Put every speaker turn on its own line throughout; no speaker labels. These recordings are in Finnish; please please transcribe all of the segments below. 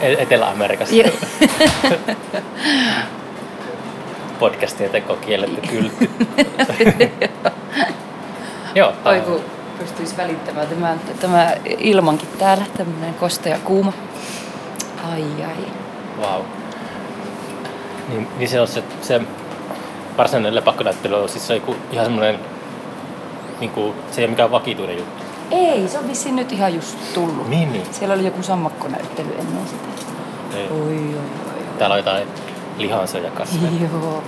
E- Etelä-Amerikassa
Joo.
podcastia teko kielletty kyltti. Joo, tää
Oi
on-
kun pystyisi välittämään tämä, tämä ilmankin täällä, tämmöinen kosta ja kuuma. Ai ai.
Wow. Niin, niin se on se, se varsinainen lepakkonäyttely on siis se on joku ihan semmoinen, niin kuin, se ei ole mikään vakituinen juttu.
Ei, se on vissiin nyt ihan just tullut.
Niin, niin.
Siellä oli joku sammakkonäyttely ennen sitä.
Ei.
Oi, oi, oi.
Täällä on jotain lihansyöjä kasveja.
oi. Joo.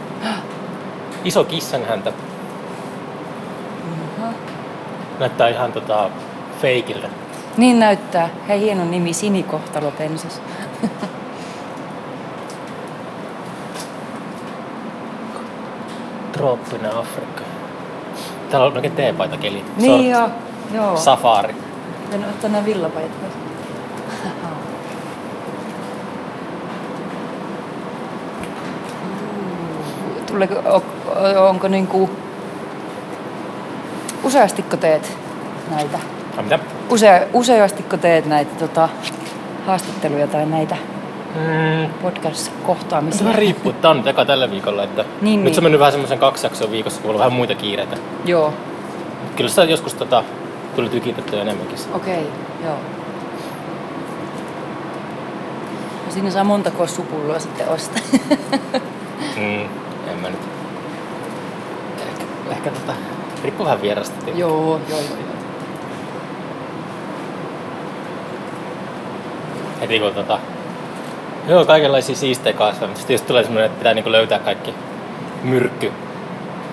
Iso kissan häntä. Näyttää ihan tota, feikiltä.
Niin näyttää. Hei, hieno nimi, Sinikohtalo Pensas.
Trooppinen Afrikka. Täällä on oikein teepaita keli.
Niin joo. Joo.
Safari.
En ottaa nämä villapaidat pois. Tuleeko, o- o- onko niinku... Useastiko teet näitä?
Ai mitä?
Use, useastiko teet näitä tota, haastatteluja tai näitä
Mm,
podcast-kohtaamisia?
Tämä riippuu. Tämä on nyt eka tällä viikolla. Että
Niin,
nyt se
niin.
on mennyt vähän semmoisen kaksi jaksoa viikossa, kun on ollut vähän muita kiireitä.
Joo,
Kyllä sitä joskus tota, tuli tykitettyä enemmänkin. sitä.
okei, okay, joo. No siinä saa montako supulloa sitten ostaa.
Mm, en mä nyt. Ehkä, ehkä tota, riippuu vähän vierasta. tietenkin.
joo, joo, joo. joo.
Heti kun tota, joo, kaikenlaisia siistejä kasveja, mutta sitten jos tulee semmoinen, että pitää niinku löytää kaikki myrkky,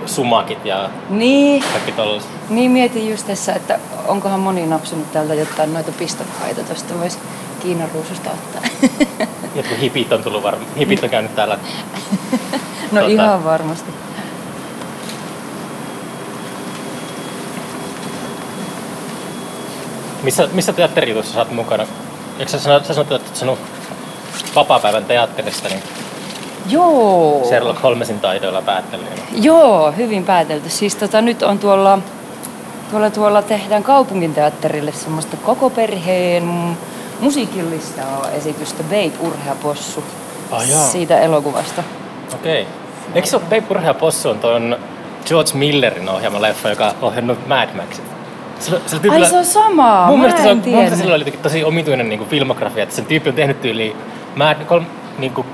sumakit ja
Niin,
kaikki tollaset.
niin mietin just tässä, että onkohan moni napsunut täältä jotain noita pistokkaita. Tuosta voisi Kiinan ruususta ottaa.
Jotkut hipit on tullut varmaan. Hipit on käynyt täällä.
No
Tota.
ihan varmasti.
Missä, missä teatterijutussa sä oot mukana? Eikö sä, sano, sä sanot, että oot sanonut vapaa-päivän teatterista, niin
Joo.
Sherlock Holmesin taidoilla päättelee.
Joo, hyvin päätelty. Siis tota, nyt on tuolla, tuolla, tuolla tehdään kaupunginteatterille semmoista koko perheen musiikillista esitystä Babe Urheapossu.
Ai jaa.
Siitä elokuvasta.
Okei. Eikö se ole Peipurha ja Possu on tuon George Millerin ohjaama leffa, joka on ohjannut Mad Maxit? Se, se tyypillä-
Ai se on sama,
mun
mä
mielestä, se on,
en
mun mielestä sillä
tiedä.
oli jotenkin tosi omituinen niin kuin filmografia, että sen tyyppi on tehnyt tyyliin Mad, kolm, niin kuin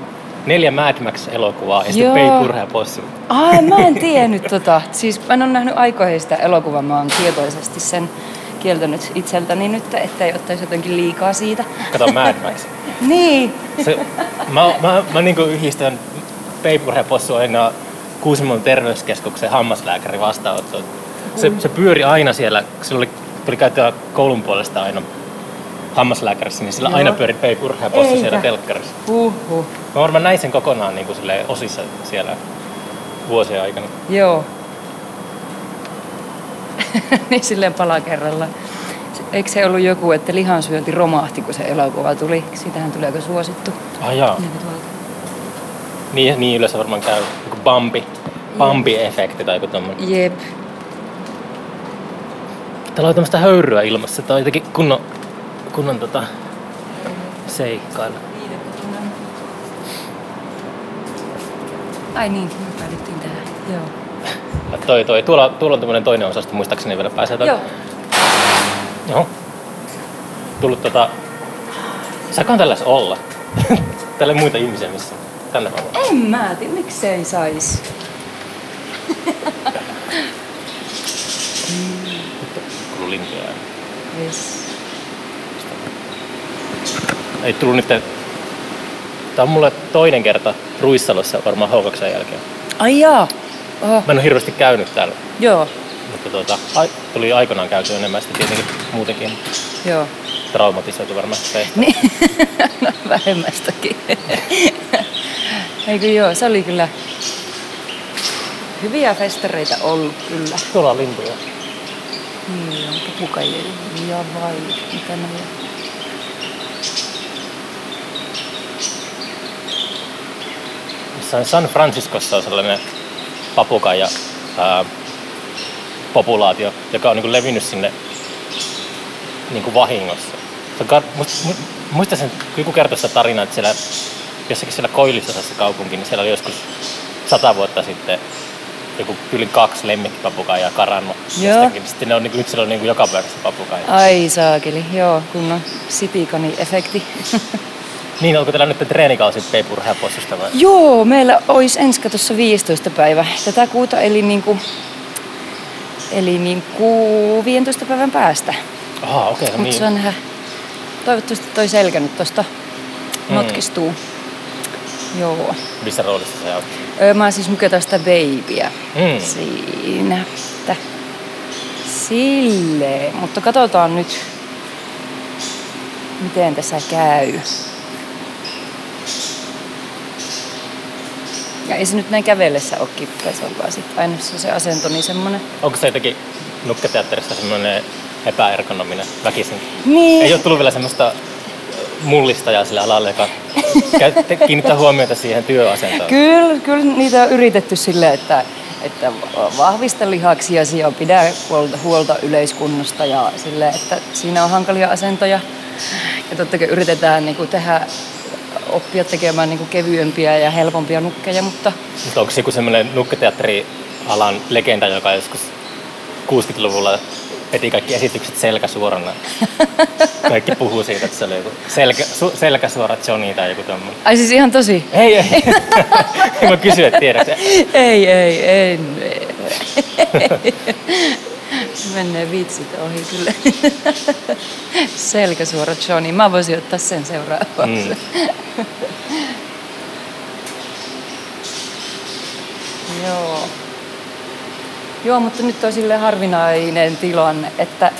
neljä Mad Max-elokuvaa ja sitten
Joo.
Peipurha ja Possu.
Ai, mä en tiennyt tota. Siis mä en ole nähnyt aikoihin sitä elokuvaa, mä oon tietoisesti sen kieltänyt itseltäni nyt, ettei ottaisi jotenkin liikaa siitä.
Kato Mad Max.
Niin,
Se, mä, mä, mä niin kuin yhdistän Peipurha ja Possu aina Kuusimon terveyskeskuksen hammaslääkäri vastaanottoon. Se, se pyöri aina siellä, se oli, tuli käytyä koulun puolesta aina hammaslääkärissä, niin sillä
Joo.
aina pyöri Peipurha ja Possu siellä
Eikä.
telkkarissa.
huhhuh.
Mä varmaan näin sen kokonaan niin kuin silleen osissa siellä vuosien aikana.
Joo. niin silleen pala kerrallaan. Se- Eikö se ollut joku, että lihansyönti romahti, kun se elokuva tuli? Siitähän tuli aika suosittu.
Ai Ah, jaa.
Näkö tuolta?
Niin, niin yleensä varmaan käy joku bambi, bambi-efekti tai joku tommonen.
Jep.
Täällä on tämmöistä höyryä ilmassa. Tää on jotenkin kunnon, kunnon tota, seikkailu.
Ai niin, me päädyttiin tähän. Joo.
Ja Toi, toi. Tuolla, tuolla on tämmöinen toinen osasto, muistaakseni vielä pääsee.
Joo.
Joo. Tullut tota... Sakaan tälläs olla. Tällä ei muita ihmisiä missä. Tänne vaan.
En mä tiedä, miksei sais.
Kuuluu lintuja. ääni.
Yes.
Ei tullut nyt... Tää on mulle toinen kerta Ruissalossa varmaan H2 jälkeen.
Ai jaa. Oho.
Mä en ole hirveästi käynyt täällä.
Oh, Joo.
Mutta tuota, ai, tuli aikanaan käyty enemmän sitä tietenkin muutenkin
Joo.
traumatisoitu varmaan se.
Niin. no vähemmästäkin. Eikö joo, se oli kyllä hyviä festareita ollut kyllä.
Tuolla on lintuja.
Niin, on pukaille ja vai mitä ne on.
Jossain San Franciscossa on sellainen papukaija ää, populaatio, niinku joka niinku on niin levinnyt sinne niin vahingossa. Se on kar- must, must, muistan sen, kun joku kertoi sitä tarinaa, että siellä jossakin siellä koillisosassa kaupunki, niin siellä oli joskus sata vuotta sitten joku yli kaksi lemmikkipapukaijaa karannut.
Joo. Ah.
Jostakin. Sitten ne on, niinku- nyt siellä on niinku joka päivässä papukaija.
Ai saakeli, joo, kunnon sitikani-efekti.
Niin, onko teillä nyt treenikausi peipurheapossusta vai?
Joo, meillä olisi ensi katossa 15 päivä tätä kuuta, eli niinku, eli niinku 15 päivän päästä.
Aha, okei, okay,
Mutta
niin.
se on nähdä. Toivottavasti toi selkä nyt tosta
Mm.
notkistuu. Joo.
Missä roolissa se on?
Öö, mä oon siis mukana sitä babyä.
Mm.
Siinä. Että. Silleen. Mutta katsotaan nyt, miten tässä käy. Ja ei se nyt näin kävellessä ole kipeä, se on vaan sit aina se, on se asento niin semmonen.
Onko se jotenkin nukketeatterista semmoinen epäergonominen väkisin?
Niin.
Ei ole tullut vielä semmoista mullistajaa sillä alalla, joka käy- te- kiinnittää huomiota siihen työasentoon.
Kyllä, kyllä niitä on yritetty sillä, että, että vahvista lihaksiasi ja pidä huolta, huolta yleiskunnosta ja sillä, että siinä on hankalia asentoja. Ja totta kai yritetään niin kuin tehdä, oppia tekemään niin kuin kevyempiä ja helpompia nukkeja, mutta
Mutta onko se joku semmoinen nukketeatterialan legenda, joka joskus 60-luvulla veti kaikki esitykset selkä suorana? Kaikki puhuu siitä, että se oli joku selkä, su, selkä suora Johnny tai joku tämmöinen.
ai siis ihan tosi.
Ei, ei. Mä kysyin, että tiedätkö.
Ei, ei, ei. Menee vitsit ohi kyllä. Selkäsuora Johnny. Mä voisin ottaa sen seuraavaksi.
Mm.
Mm. Joo. Joo, mutta nyt on sille harvinainen tilanne, että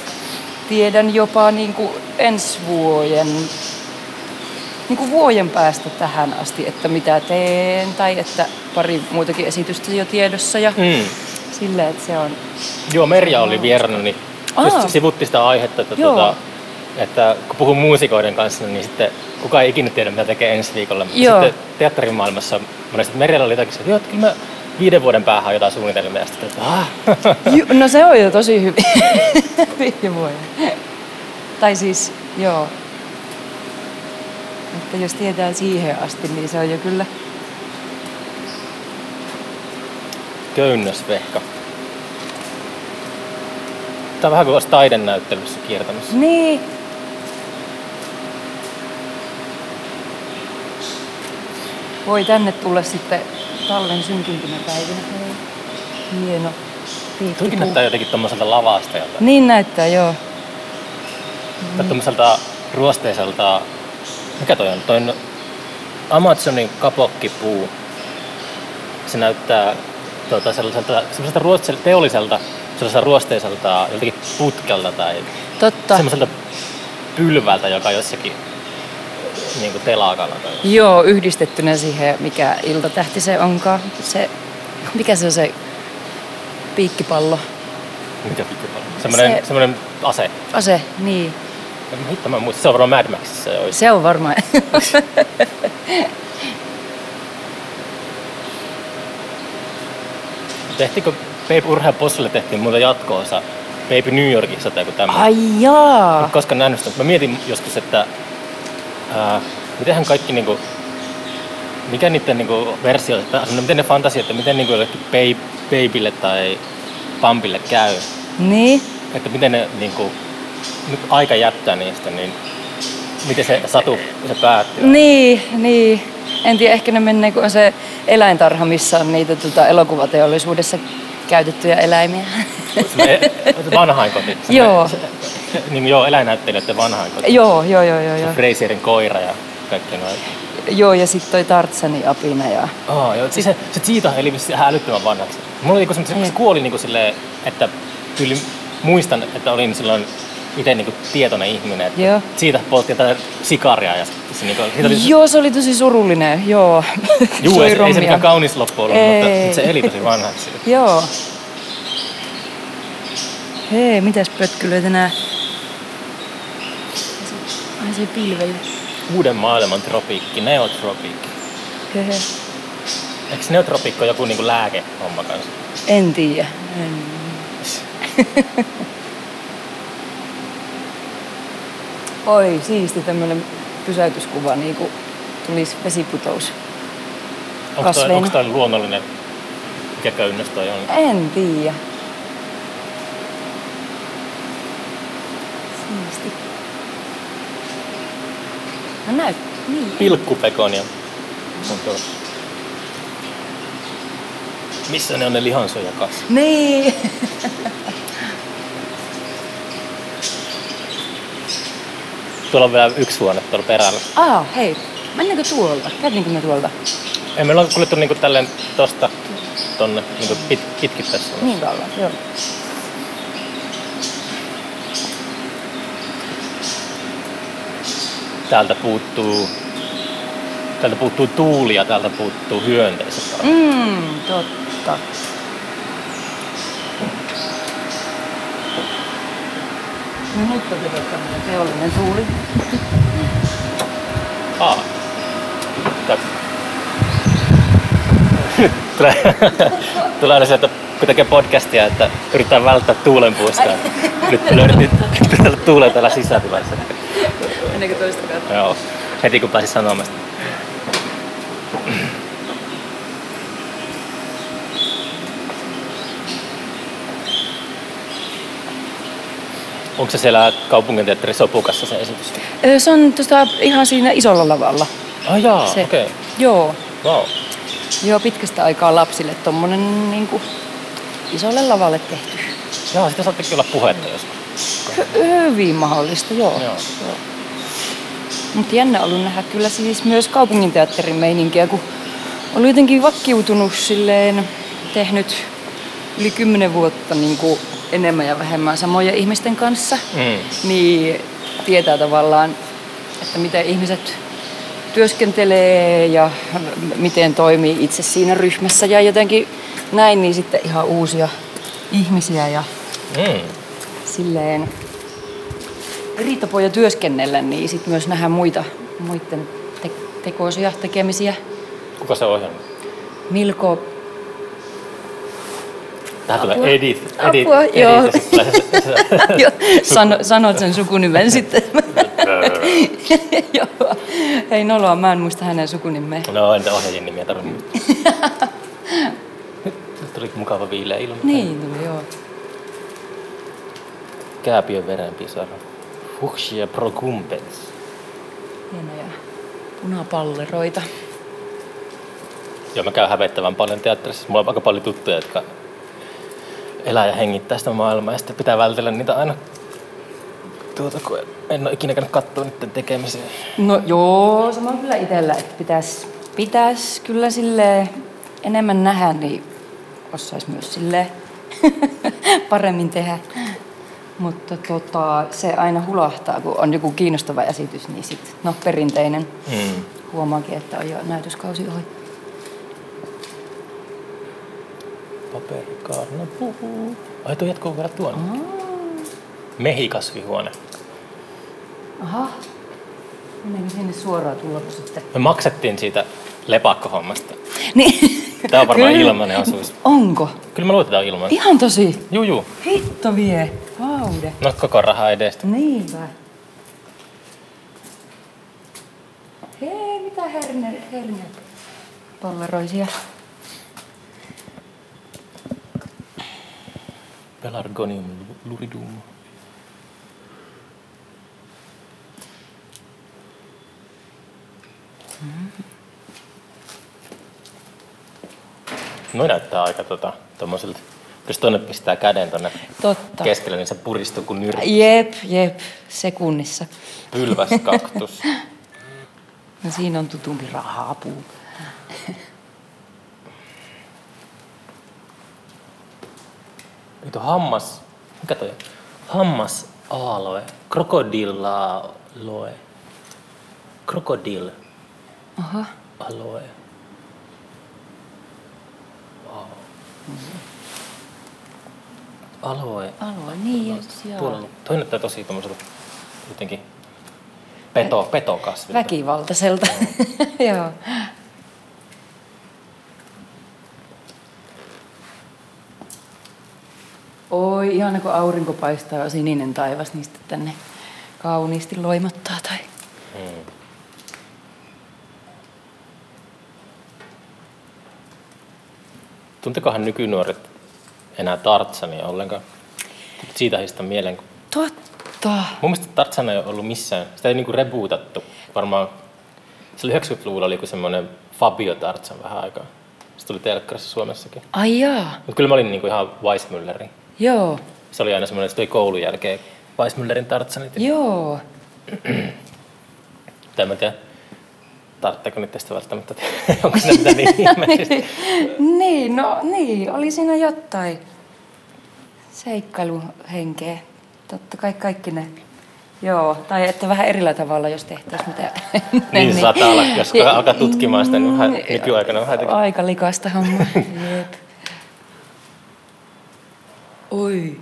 tiedän jopa niin kuin ensi vuoden, niin kuin vuoden päästä tähän asti, että mitä teen, tai että pari muutakin esitystä jo tiedossa ja
Mm.
sillä, että se on...
Joo, Merja oli vieraana, niin
Aa.
just sivutti sitä aihetta, että,
Joo.
tuota, että kun puhun muusikoiden kanssa, niin sitten kukaan ei ikinä tiedä, mitä tekee ensi viikolla. Mutta
Joo.
sitten teatterimaailmassa monesti Merjalla oli jotakin, se, että joo, että kyllä mä viiden vuoden päähän on jotain suunnitelmia. Ja sitten, että ah,
Ju- no se on jo tosi hyvin. Viime vuoden. Tai siis, joo. Että jos tietää siihen asti, niin se on jo kyllä...
köynnösvehka. Tämä on vähän kuin olisi taidenäyttelyssä kiertämässä.
Niin. Voi tänne tulla sitten talven synkimpinä päivinä. Hieno.
Tuikin näyttää jotenkin tuommoiselta lavasta jotain.
Niin näyttää, joo.
Tai tuommoiselta ruosteiselta, mikä toi on? Toi on Amazonin kapokkipuu. Se näyttää tuota, sellaiselta, sellaiselta ruotsel, teolliselta, sellaiselta ruosteiselta joltakin putkelta tai
Totta.
semmoiselta pylvältä, joka on jossakin niin kuin telakalla. Tai.
Joo, yhdistettynä siihen, mikä iltatähti se onkaan. Se, mikä se on se piikkipallo?
Mikä vittu on? Semmoinen,
Se-
se... semmoinen ase.
Ase, niin.
Hitto, mä en muista. Se on varmaan Mad Maxissa jo.
Se on varmaan.
Tehtiinkö Babe Urhea Possulle tehtiin muuta jatkoosa Baby New Yorkissa tai joku tämmöinen?
Ai
Mä en
jaa.
koskaan nähnyt sitä, mutta mä mietin joskus, että ää, mitenhän kaikki niinku, mikä niiden niinku versio, tai no miten ne fantasia, että miten niinku jollekin babe, babylle tai pampille käy,
Niin.
että miten ne niinku, nyt aika jättää niistä, niin miten se satu, se päättyy.
Niin, niin. En tiedä, ehkä ne menee, kun on se eläintarha, missä on niitä tota, elokuvateollisuudessa käytettyjä eläimiä.
Semmoinen Vanhainkoti.
Joo.
semmoinen- Niin joo, eläinnäyttelijöiden vanhainkoti.
joo, joo, joo, joo.
Se
Joo,
on Fraserin koira ja kaikki noin.
joo ja sitten toi Tartsani apina ja...
Aa, joo. Siis se, se Cheetah eli vissi ihan älyttömän vanhaksi. Mulla oli niinku semmoinen,
Niin.
se, kun se kuoli niinku silleen, että kyllä muistan, että olin silloin itse niinku tietoinen ihminen. Että
Joo.
Cheetah poltti jotain sikaria ja se, se niinku, siitä oli,
Joo, se oli tosi surullinen, joo.
juu, ei,
Soi
se- ei se
rommia.
mikään kaunis loppu ollut, mutta,
Ei.
mutta, se eli tosi vanhaksi.
Joo. Hei, mitäs pötkylöitä nää? Ai se pilveli.
Uuden maailman tropiikki, neotropiikki.
Höhö.
Eikö se neotropiikki ole joku niinku lääkehomma kanssa?
En tiedä. En. Oi, siisti tämmönen pysäytyskuva, niin kuin tulisi vesiputous.
Onko toi,
Kasveina.
onko toi luonnollinen? Mikä köynnös toi on?
En tiedä. Siisti. No näyt. Niin.
Pilkkupekonia. On tuossa. Missä ne on ne lihansoja kanssa?
Niin.
Tuolla on vielä yksi huone tuolla perällä.
Aa, Ah, hei. Mennäänkö tuolta? Käydäänkö me tuolta?
Ei meillä on kuljettu niinku tälleen tosta tonne niinku pit, pitkittäessä.
Niin kauan, joo.
Täältä puuttuu Täältä puuttuu tuuli ja täältä puuttuu hyönteiset.
Mm, totta. No nyt on kyllä tämmöinen teollinen tuuli.
Ah. Tää- Tulee, tulee aina se, että kun tekee podcastia, että yritetään välttää tuulenpuistoa. Nyt löydettiin täällä tuulen täällä sisätilassa.
Ennen kuin toista kautta.
Joo, heti kun pääsi sanomasta. Onko se siellä kaupunginteatterin sopukassa se esitys?
Ö, Se on tuosta ihan siinä isolla lavalla.
Ah jaa,
se.
okei. Okay.
Joo.
Wow.
Joo, pitkästä aikaa lapsille tommonen niinku isolle lavalle tehty.
Jaa, sitä saattekin olla puhetta joskus.
Hy- hyvin mahdollista, joo.
Joo.
Mutta jännä ollut nähdä kyllä siis myös kaupunginteatterin meininkiä, kun oli jotenkin vakkiutunut silleen, tehnyt yli kymmenen vuotta niin kuin enemmän ja vähemmän samoja ihmisten kanssa,
Mm.
niin tietää tavallaan, että miten ihmiset työskentelee ja m- miten toimii itse siinä ryhmässä ja jotenkin näin, niin sitten ihan uusia ihmisiä ja
Mm.
silleen eri tapoja työskennellä, niin sitten myös nähdä muita, muiden te- tekoisia tekemisiä.
Kuka se on ohjannut?
Milko,
Tähän
Apua.
tulee edit. edit,
Apua,
edit
joo.
ja sitten tulee se- se-
Jo, sano, sanot sen sukunimen sitten. Joo. Ei noloa, mä en muista hänen sukunimeä.
No, en niitä ohjaajien nimiä tarvitse muistaa. Nyt tuli mukava viileä ilma.
Niin tuli, joo.
Kääpiön verenpisara. Fuchsia procumbens.
Hienoja punapalleroita.
Joo, mä käyn hävettävän paljon teatterissa. Mulla on aika paljon tuttuja, jotka elää ja hengittää sitä maailmaa. Ja sitten pitää vältellä niitä aina. Tuota, kun en ole ikinä käynyt katsoa niiden tekemisiä.
No joo, sama on kyllä itsellä, että pitäisi pitäis kyllä sille enemmän nähdä, niin osais myös sille paremmin tehdä. Mutta tota, se aina hulahtaa, kun on joku kiinnostava esitys, niin sitten no, perinteinen
Mm.
huomaakin, että on jo näytöskausi ohi.
Paperikaarna puhuu. Ai tuo jatkuu vielä tuonne.
Aa,
Mehikasvihuone.
Aha. Meneekö sinne suoraan tullako sitten?
Me maksettiin siitä lepakkohommasta.
Niin.
Tää on varmaan
Kyllä.
ilmainen osuus.
Onko?
Kyllä me luotetaan ilman.
Ihan tosi.
Juu, juu.
Hitto vie. Vaude.
No koko rahaa edestä.
Niinpä. Hei, mitä herner, herner. Polleroisia.
Pelargonium luridum. No näyttää aika tota, tommoselta. Jos tonne pistää käden tonne
Totta.
keskelle, niin se puristuu kuin nyrki.
Jep, jep, sekunnissa.
Pylväskaktus.
No siinä on tutumpi rahapuu.
Nyt on hammas... Mikä toi? on? Hammas aaloe. Krokodillaaloe. Krokodil
Aha.
aloe. Wow. Aloe.
Alue, niin joo.
Puolella. Toi näyttää tosi tommoselta jotenkin peto, petokasvilta.
Väkivaltaiselta. joo. Oi, ihana kun aurinko paistaa ja sininen taivas, niin sitten tänne kauniisti loimattaa tai
Mm. tuntekohan nykynuoret enää Tartsania ollenkaan? Siitä heistä mieleen. kun-
Totta.
Mun mielestä Tartsan ei ole ollut missään. Sitä ei niinku rebootattu. Varmaan se oli 90-luvulla oli joku semmoinen Fabio Tartsan vähän aikaa. Se tuli telkkarissa Suomessakin.
Ai jaa,
Mutta kyllä mä olin niinku ihan Weissmülleri.
joo,
Se oli aina semmoinen, se tuli koulun jälkeen Weissmüllerin Tartsanit.
joo.
Tai mä en tiedä, tarvitseeko nyt tästä välttämättä, tehdä, onko se mitään niin ihmeellistä.
niin, no niin, oli siinä jotain seikkailuhenkeä. Totta kai kaikki ne. Joo, tai että vähän erillä tavalla, jos tehtäisiin mitä.
Niin se saattaa olla, jos alkaa tutkimaan sitä, niin vähän nykyaikana vähän jotenkin.
Aika likasta hommaa. Jep. Oi.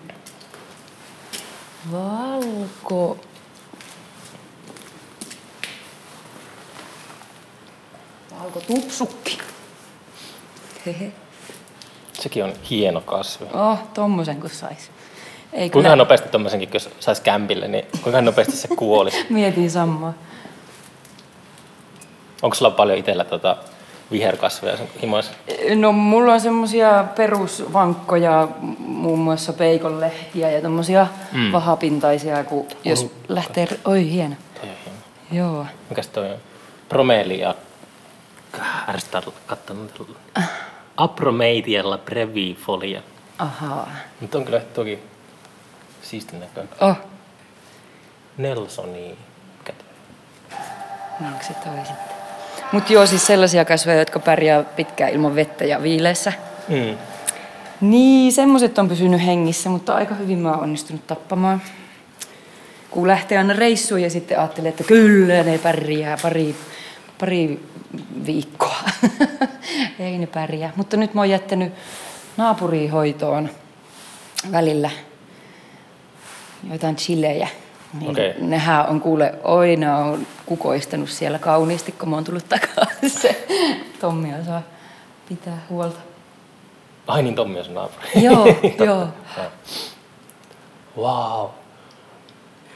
Valko. Valko tupsukki. Hehe.
Sekin on hieno kasvi.
Oh, tommosen kun sais. Ei
Kuinka
kyllä.
nopeasti tommosenkin, jos saisi kämpille, niin kuinka nopeasti se kuolisi?
Mietin samaa.
Onko sulla paljon itsellä tota viherkasveja sun himoissa?
No mulla on semmosia perusvankkoja, m- muun muassa peikonlehtiä ja tommosia
Mm.
mm. vahapintaisia, kun jos lähtee... Oi hieno.
Toi on hieno.
Joo.
Mikäs toi on? Bromelia. Ärsytää katsomaan. Apromeitialla brevifolia.
Ahaa.
Mutta on kyllä toki siistin näköinen.
Oh,
Nelsoni. Mikä toi?
no onko se toi sitten? Mutta joo, siis sellaisia kasveja, jotka pärjää pitkään ilman vettä ja viileissä.
Mm.
Niin, semmoset on pysynyt hengissä, mutta aika hyvin mä oon onnistunut tappamaan. Kun lähtee aina reissuun ja sitten ajattelee, että kyllä ne pärjää pari, pari viikkoa. Ei ne pärjää. Mutta nyt mä oon jättänyt naapuriin hoitoon välillä jotain chilejä. Niin
Okei.
Nehän on kuule, oi ne on kukoistanut siellä kauniisti, kun mä oon tullut takaisin. Tommi osaa pitää huolta.
Ai niin, Tommi on sun naapuri.
Joo, joo.
Joo. Wow.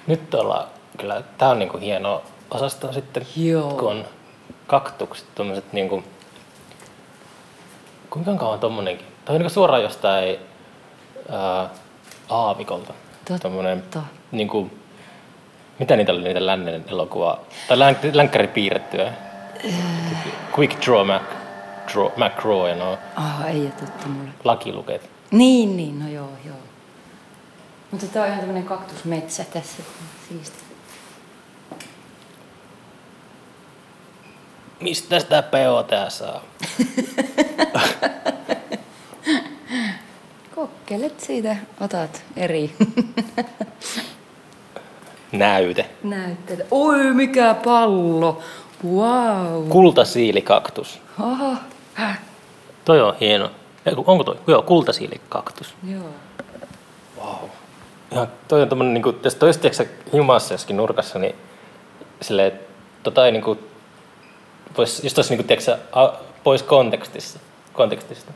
Nyt ollaan, kyllä tää on niinku hieno osasto sitten,
Joo.
kun on kaktukset, tommoset niinku, kuinka kauan tommonenkin? Toi on niinku suoraan jostain ää, aavikolta.
Totta.
Tommonen niinku, mitä niitä oli niitä lännen elokuvaa? Tai län, länkkäri piirrettyä. Quick Draw Mac, draw, McGraw ja no
Ah, ei ole tuttu mulle.
lakilukeet.
Niin, niin, no joo, joo. Mutta tää on ihan tämmönen kaktusmetsä tässä. Siisti.
Mistä sitä POT saa?
Kokkelet siitä, otat eri
Näyte.
näytteitä. Oi, mikä pallo! Wow!
Kultasiilikaktus.
Aha. Äh, Häh.
Toi on hieno. Ei, ku- Onko toi? Joo, kultasiilikaktus.
Joo.
Ihan, toi on tommonen, niinku, jos toi olisi tiiäksä, himassa jossakin nurkassa, niin silleen, tota ei niinku, vois, jos tois niinku, tiiäksä, a, pois kontekstista, kontekstista,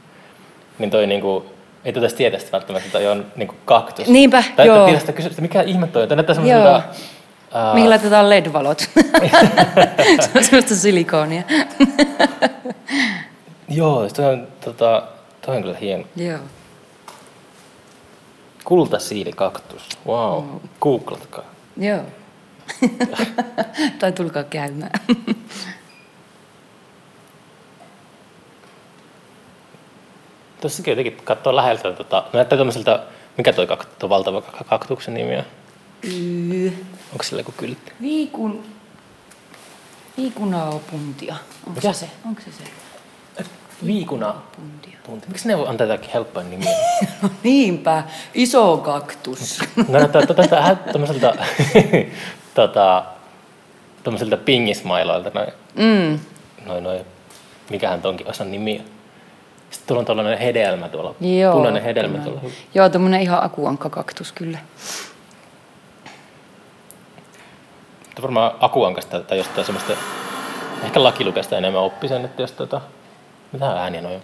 niin toi niinku, ei tätä tietä sitä välttämättä, että toi on niinku kaktus.
Niinpä,
tai
joo.
Tai tiedä sitä kysyä, että mikä ihme toi on, tämä näyttää
Joo.
semmoiselta, ää,
Mihin laitetaan LED-valot? Se on semmoista silikoonia.
joo, toi on, tota, toi on kyllä hieno.
Joo.
Kultasiilikaktus. Wow.
Mm.
Googlatkaa.
Joo. tai tulkaa käymään.
Tuossakin jotenkin katsoo läheltä, tota, näyttää tämmöiseltä, mikä toi kak, tuo valtava kak- kaktuksen nimi on?
Yy.
Onko sillä joku kyltti?
Viikun... Viikunaopuntia. Onko
Mitä?
se se? Onko se se?
Viikuna.
Puntia.
Tunti. Miksi ne voi antaa jotakin helppoa nimiä?
No niinpä, iso kaktus.
No näyttää tota, tota, vähän tämmöiseltä, tota, tämmöiseltä pingismailoilta noin,
Mm.
noin, noin, mikähän tonkin osan nimi on. Sitten tuolla on tuollainen hedelmä tuolla,
Joo.
punainen hedelmä
punainen.
tuolla.
Joo, tämmönen ihan akuankka kaktus kyllä.
Mutta varmaan akuankasta tai jostain semmoista, ehkä lakilukesta enemmän oppi sen, että jos tota, mitä ääniä noin on.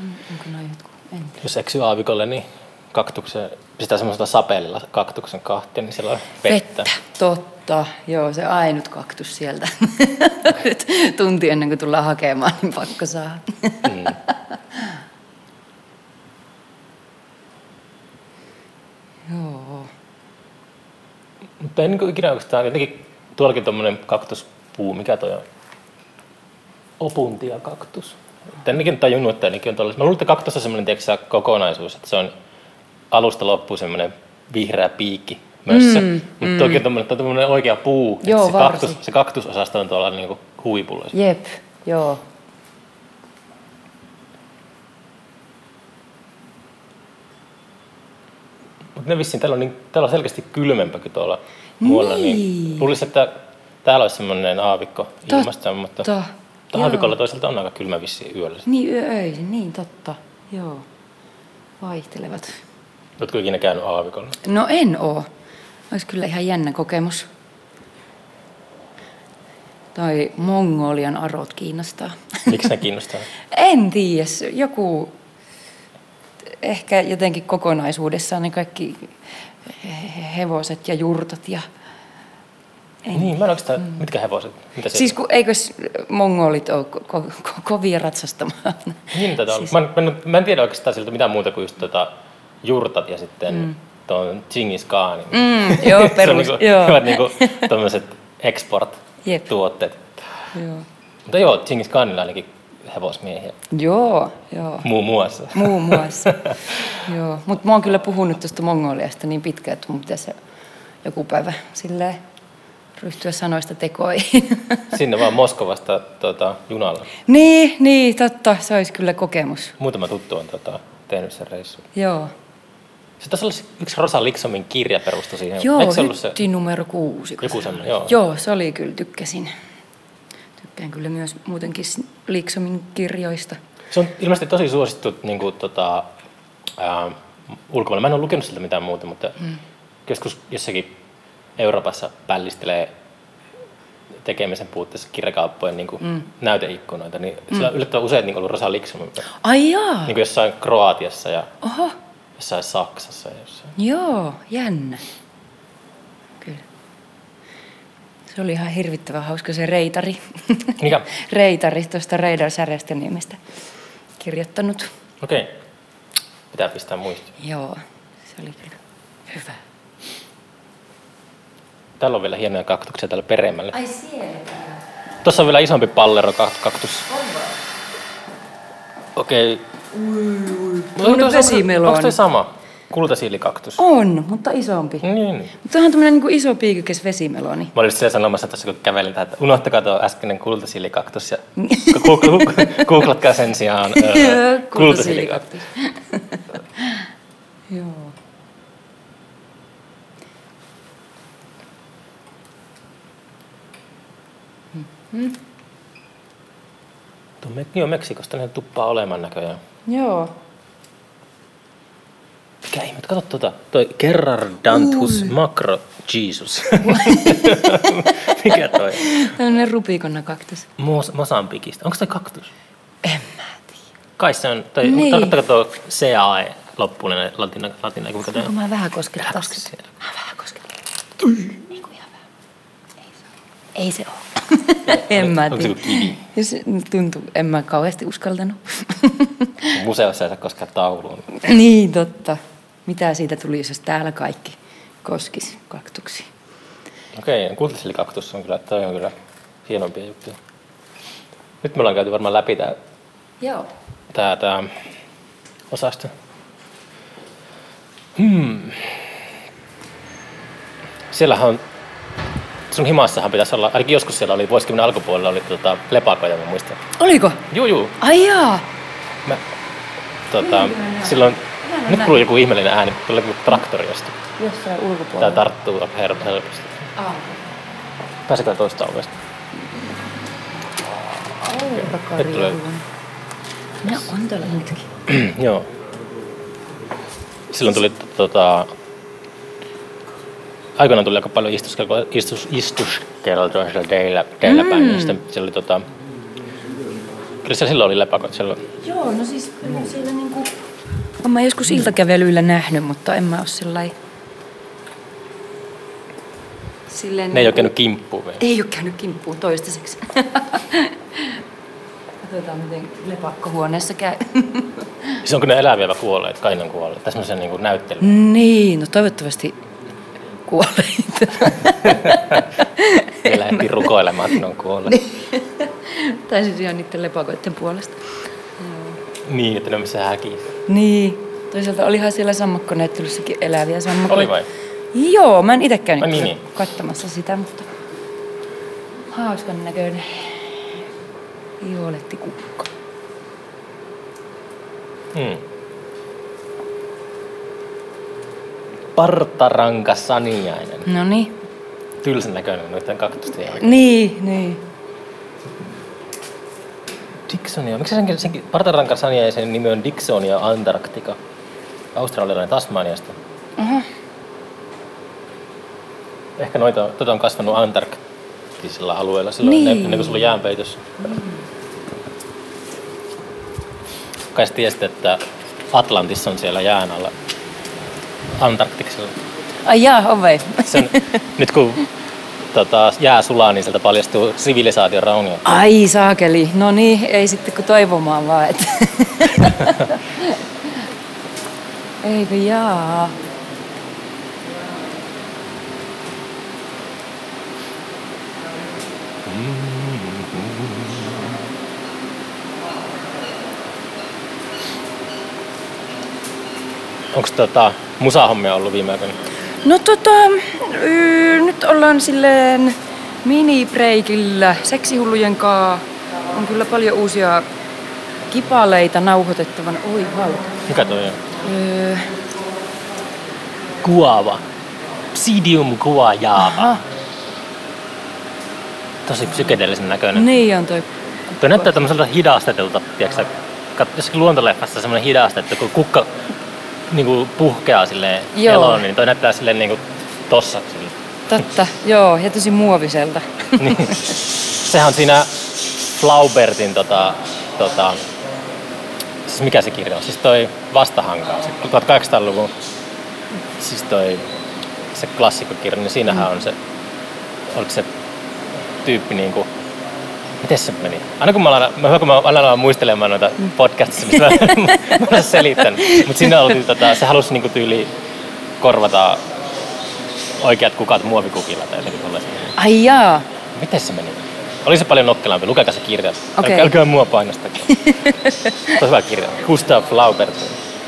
Mm, Onko noin jotkut? En.
Jos eksyy aavikolle, niin kaktuksen, pistää semmoisella sapelilla kaktuksen kahtia, niin siellä on vettä.
Totta, joo, se ainut kaktus sieltä. Niin. Nyt tunti ennen kuin tullaan hakemaan, niin pakko saa.
Mm. Mutta en niin ikinä oikeastaan, jotenkin tuollakin tuommoinen kaktuspuu, mikä toi on? Opuntia kaktus. Tännekin tajunnut, että ainakin on tuollaisia. Mä luulen, että kaktus on semmoinen tiedätkö, sä, kokonaisuus, että se on alusta loppuun semmoinen vihreä piikki mössä. Mm, Mutta mm. toki on tuommoinen oikea puu. että
Joo,
se,
varsi.
kaktus, se kaktusosasto on tuolla niinku huipulla.
Jep, joo.
Mutta ne vissiin, täällä on, niin, täällä on selkeästi kylmempää kuin tuolla muualla. Niin. Luulisi, että täällä olisi semmoinen aavikko ilmasta, mutta
Totta,
mutta aavikolla toisaalta on aika kylmä vissiin yöllä.
Niin yööisin, niin totta. Joo. Vaihtelevat.
Oletko ikinä käynyt aavikolla?
No en oo. Olisi kyllä ihan jännä kokemus. Tai Mongolian arot kiinnostaa.
Miksi ne kiinnostaa?
En tiedä, se- joku ehkä jotenkin kokonaisuudessaan ne kaikki he- he- hevoset ja jurtat ja... En. Mm.
niin, mä en oikeastaan, mitkä hevoset? Mitä se
Siis kun eikös mongolit ole ko- ko- ko- kovia ratsastamaan?
Niin, tätä siis... mä, en- mä, en- mä, en tiedä oikeastaan siltä mitään muuta kuin just tota jurtat ja sitten mm. tuon Genghis Khanin.
Mm, joo,
Se on
perus.
niinku,
joo.
hyvät niinku, tommoset
Jep.
export-tuotteet. niinku-
joo.
Mutta joo, Genghis Khanilla ainakin hevosmiehiä
Joo, joo.
muun muassa.
Muun muassa. joo. Mutta mä oon kyllä puhunut tuosta Mongoliasta niin pitkään, että mun pitäisi joku päivä silleen ryhtyä sanoista tekoihin.
Sinne vaan Moskovasta tota, junalla.
niin, niin, totta. Se olisi kyllä kokemus.
Muutama tuttu on tota, tehnyt sen reissun.
Joo.
Se taisi olla se yksi Rosa Liksomin kirja perustu siihen.
Joo,
Eikö se ollut se?
hytti numero kuusi. kun
Joku
se-
semmoinen, joo.
Joo, se oli kyllä, tykkäsin. Tykkään kyllä myös muutenkin Liksomin kirjoista.
Se on ilmeisesti tosi suosittu niin kuin, tota, ää, ulkomailla. Mä en ole lukenut siltä mitään muuta, mutta mm. joskus jossakin Euroopassa pällistelee tekemisen puutteessa kirjakauppojen niin kuin, mm. näyteikkunoita. Niin mm. Sillä on yllättävän usein niin kuin, ollut Rosa Liksomin. Niin
Ai jaa,
kuin jossain Kroatiassa ja
oho,
jossain Saksassa. Ja jossain.
joo, jännä. Kyllä. Se oli ihan hirvittävän hauska se Reitari.
Mikä?
Reitari tuosta Reidar-särjestä nimestä kirjoittanut.
Okei. Okay. Pitää pistää muistiin.
Joo, se oli kyllä hyvä.
Täällä on vielä hienoja kaktuksia täällä peremmällä.
Ai siellä.
Tuossa on vielä isompi pallero kak- kaktus. Okei.
Tuommoinen
Onko- onko-
vesimeloni.
Onko se sama? Kultasielikaktus.
On, mutta isompi.
Niin.
Tämä on tämmöinen niin iso piikykäs vesimeloni.
Mä olin siellä sanomassa tuossa, kun kävelin tähän, että unohtakaa tuo äskeinen kultasielikaktus ja gu- gu- gu- googlatkaa sen sijaan öö, kultasielikaktus.
Kultasielikaktus. Joo.
Tuo me- Joo, Meksikosta ne tuppaa olemaan näköjään.
Joo.
Mikä ihme, kato tuota, toi Gerardantus macro Jesus. Mikä toi?
Tällainen rupikonna kaktus.
Mos- Mosambikista. Onko se kaktus?
En mä tiedä.
Kai se on, tai
Niin.
niin. tarkoittaako tuo CAE loppuinen latina, latina kuinka tämä
Onko
on?
Niin mä vähän koskettaa?
Vähän kosket siellä.
Mä vähän koskettaa. Niin kuin ihan vähän. Ei se ole. en mä
Onko se
tiedä.
kuin kivi?
Ja se tuntuu, en mä kauheasti uskaltanut.
Museossa ei saa koskaan tauluun.
niin, totta. Mitä siitä tulisi, jos täällä kaikki koskisi kaktuksi?
Okei, kultasielikaktus on kyllä, toi on kyllä hienompia juttuja. Nyt me ollaan käyty varmaan läpi tämä
Joo.
tää, tää osasto. Hmm. Siellähän on, sun himassahan pitäisi olla, ainakin joskus siellä oli, vuosikymmenen alkupuolella oli tota, lepakoja, mä muistan.
Oliko?
Juu, juu.
Ai jaa.
Mä, tota, silloin, nyt kuuluu joku ihmeellinen ääni, tulee joku traktori jostain.
Jossain
Tää
ulkopuolella.
tarttuu her- helposti.
Ah,
Pääsekö toista ovesta? Nyt tulee.
No on tuolla nytkin.
Joo. Silloin tuli t- tota... Aikoinaan tuli aika paljon istuskelkoa, istus, istuskeltoa siellä teillä, teillä päin. Mm. Sitten siellä oli tota... Kyllä siellä silloin oli lepakot. Siellä...
Joo, no siis kyllä siellä niinku... Olen mä joskus iltakävelyillä nähnyt, mutta en mä oo sellainen... Silleen...
Ne ei ole käynyt kimppuun vielä.
Ei oo käynyt kimppuun toistaiseksi. Katsotaan, miten lepakkohuoneessa käy.
Siis onko ne eläviä niinku vai kuolleet? Kai ne on kuolleet. Tässä on se niin näyttely.
niin, no toivottavasti kuolee.
Ne lähti rukoilemaan, että ne on kuolleet. Niin.
tai siis ihan niiden lepakoiden puolesta.
niin, että ne on missään häkissä.
Niin, toisaalta olihan siellä sammakkonäyttelyssäkin eläviä sammakoita.
Oli vai?
Joo, mä en itse käynyt
Ai niin,
kyllä katsomassa sitä, mutta hauskan näköinen violetti kukka.
Hmm. Partaranka Saniainen.
No niin.
Tylsän näköinen noiden kaktustien jälkeen.
Niin, niin.
Dixonia. Miksi senkin, senkin Partaranka Saniaisen nimi on Dixonia Antarktika? Australialainen Tasmaniasta.
Aha.
Ehkä noita, tota on kasvanut antarktisilla alueilla silloin,
Niin.
niin. ennen kuin se oli jäänpeitössä. Kai sä tiesit, että Atlantissa on siellä jään alla Antarktiksella.
Ai jaa, on vai?
Sen, nyt kun tota, jää sulaa, niin sieltä paljastuu sivilisaation raunio.
Ai saakeli. No niin, ei sitten kun toivomaan vaan. Et. Eikö jaa.
Onko tota, musahommia ollut viime aikoina?
No tota, y- nyt ollaan silleen mini-breikillä seksihullujen kaa. On kyllä paljon uusia kipaleita nauhoitettavan. Oi hauta.
Mikä toi on?
Öö,
Kuava. Psidium kuajaava.
aha,
Tosi psykedeellisen näköinen.
niin on toi.
Tuo näyttää tämmöiseltä hidastetulta, tiedätkö Kat, jossakin luontoleffassa semmoinen hidastettu, kun kukka niin kuin puhkeaa silleen
Joo.
eloon, niin toi näyttää silleen niin kuin tossa. Silleen.
Totta, joo, ja tosi muoviselta.
Niin. Sehän on siinä Flaubertin tota, tota, siis mikä se kirja on? Siis toi Vastahanka, on se 1800-luvun, siis toi se klassikkokirja, niin siinähän on se, oliko se tyyppi niinku, miten se meni? Aina kun mä alan, mä, kun mä aina alan muistelemaan noita podcastissa, mistä mä, mä olen selittänyt, mutta siinä oli, tota, se halusi niinku tyyli korvata oikeat kukat muovikukilla tai jotenkin tollaisia.
Ai jaa.
Miten se meni? Oli se paljon nokkelampi, lukekaa se kirja.
Okei.
Okay. Älkää mua painostako. se on hyvä kirja. Gustav Flaubert.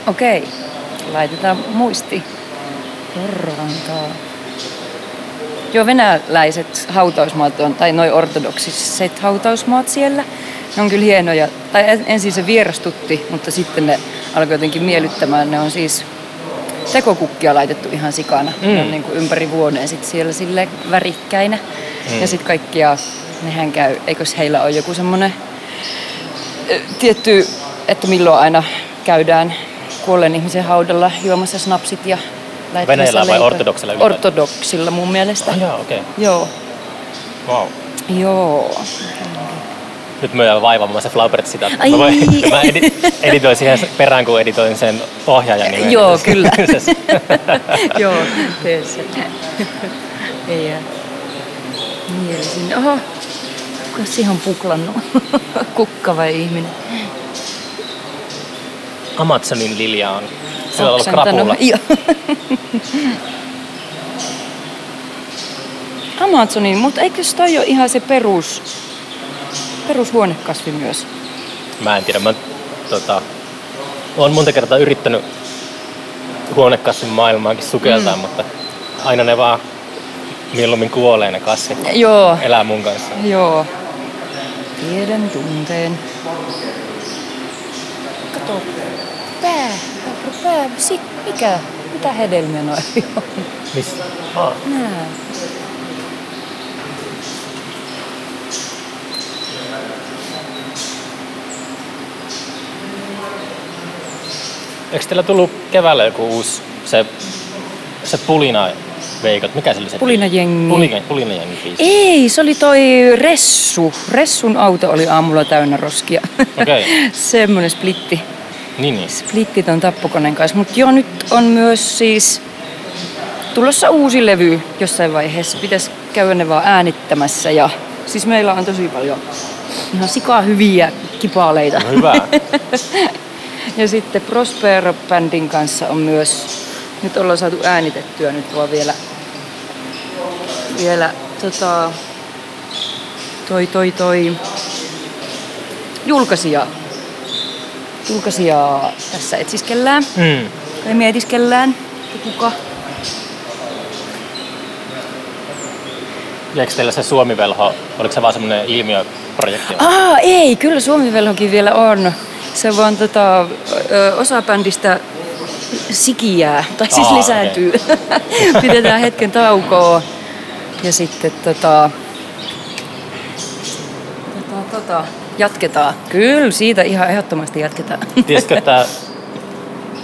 Okei, laitetaan muisti. Korvantaa. Joo, venäläiset hautausmaat on, tai noin ortodoksiset hautausmaat siellä, ne on kyllä hienoja. Tai en- ensin se vierastutti, mutta sitten ne alkoi jotenkin miellyttämään. Ne on siis tekokukkia laitettu ihan sikana. Mm. Ne on
Mm.
niin kuin ympäri vuoneen sit siellä sille värikkäinä. Mm. Ja sitten kaikkia, nehän käy, eikös heillä ole joku semmoinen tietty, että milloin aina käydään kuolleen ihmisen haudalla juomassa snapsit ja laittamassa
Venäjällä vai
leipää.
ortodoksilla ylipäätään?
Ortodoksilla mun mielestä.
Ah, joo, okei. Okay.
Joo.
Wow.
Joo.
Nyt mä jään vaivaamaan se Flaubert sitä.
Ai.
Mä, voin, mä edi, editoin siihen perään, kun editoin sen ohjaajan nimen. Siis
Joo, kyllä.
Se-
Joo, tee se. Ei jää. Mielisin. Oho. Kuka siihen on puklannut? Kukka vai ihminen?
Amazonin lilja on. Sillä on ollut
Oksentanut.
krapula.
Joo. Amazonin, mutta eikös toi ole ihan se perus, perushuonekasvi myös?
Mä en tiedä. Mä tota, oon monta kertaa yrittänyt huonekasvin maailmaankin sukeltaa, mm. mutta aina ne vaan mieluummin kuolee ne kasvit.
Joo,
Elää mun kanssa.
joo. Tiedän tunteen. Kato, pää, pää, sit, mikä, mitä hedelmiä noi on?
Missä? Ah.
Nää.
Eikö teillä tullut keväällä joku uusi, se, se pulina veikot, mikä se oli se?
Pulinajengi.
Pulina, pulina jengi biisi.
Ei, se oli toi Ressu. Ressun auto oli aamulla täynnä roskia.
Okei.
Semmoinen splitti.
Niin, niin.
Splitti ton tappokoneen kanssa. Mutta joo, nyt on myös siis tulossa uusi levy jossain vaiheessa. Pitäisi käydä ne vaan äänittämässä. Ja, siis meillä on tosi paljon ihan sikaa hyviä kipaaleita.
No hyvä.
Ja sitten Prospero-bändin kanssa on myös, nyt ollaan saatu äänitettyä nyt vaan vielä vielä tota, toi, toi, toi, julkaisija, julkaisijaa tässä etsiskellään.
Mm.
Tai mietiskellään, että kuka.
Jäikö teillä se Suomivelho, oliko se vaan semmoinen ilmiöprojekti?
Aa, ei, kyllä Suomivelhokin vielä on. Se vaan tota, ö, osa bändistä sikiää, tai siis
Aa,
Aa, lisääntyy. Okay. Pidetään hetken taukoa. Ja sitten tota, tota, tota, jatketaan. Kyllä, siitä ihan ehdottomasti jatketaan.
Tiesitkö, että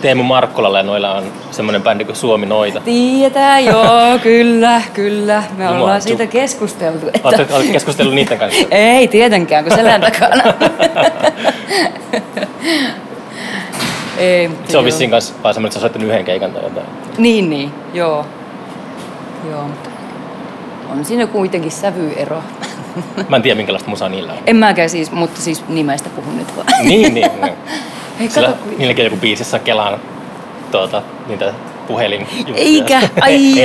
Teemu Markkolalla ja noilla on semmoinen bändi kuin Suomi Noita?
Tietää, joo, kyllä, kyllä. Me
Jumala,
ollaan
tu-
siitä keskusteltu. Että...
Oletko oletko keskustellut niiden kanssa?
Ei tietenkään, kun selän takana. Ei, mutta
Se on
joo.
vissiin kanssa vaan semmoinen, että sä soittanut yhden keikan tai jotain.
Niin, niin, joo. Joo, mutta on siinä kuitenkin sävyero.
Mä en tiedä, minkälaista musaa niillä on.
En mäkään siis, mutta siis nimestä puhun nyt vaan.
Niin, niin. niin.
Ei
Sillä
kato, kun...
niilläkin on joku biisissä kelaan tuota, niitä puhelin.
Eikä, ai,
Ei.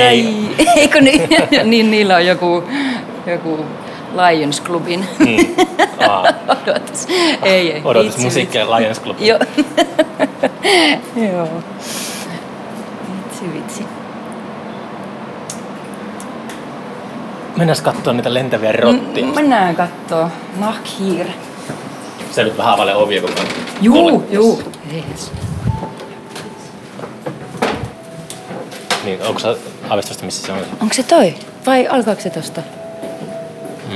ai. Eikö niin? niin, niillä on joku, joku Lions Clubin.
Mm. Aa,
Odotus. Ei, ei.
odotus
vitsi,
musiikkia Lions Club.
Joo. Joo. Vitsi, vitsi.
Mennään katsoa niitä lentäviä rottia.
M- mennään kattoo. Nahkhiir.
Se nyt vähän availee ovia, kun mä...
Juu,
Tuolle-
juu.
Niin, onko sä aavistusta, missä se on?
Onko se toi? Vai alkaako se tosta?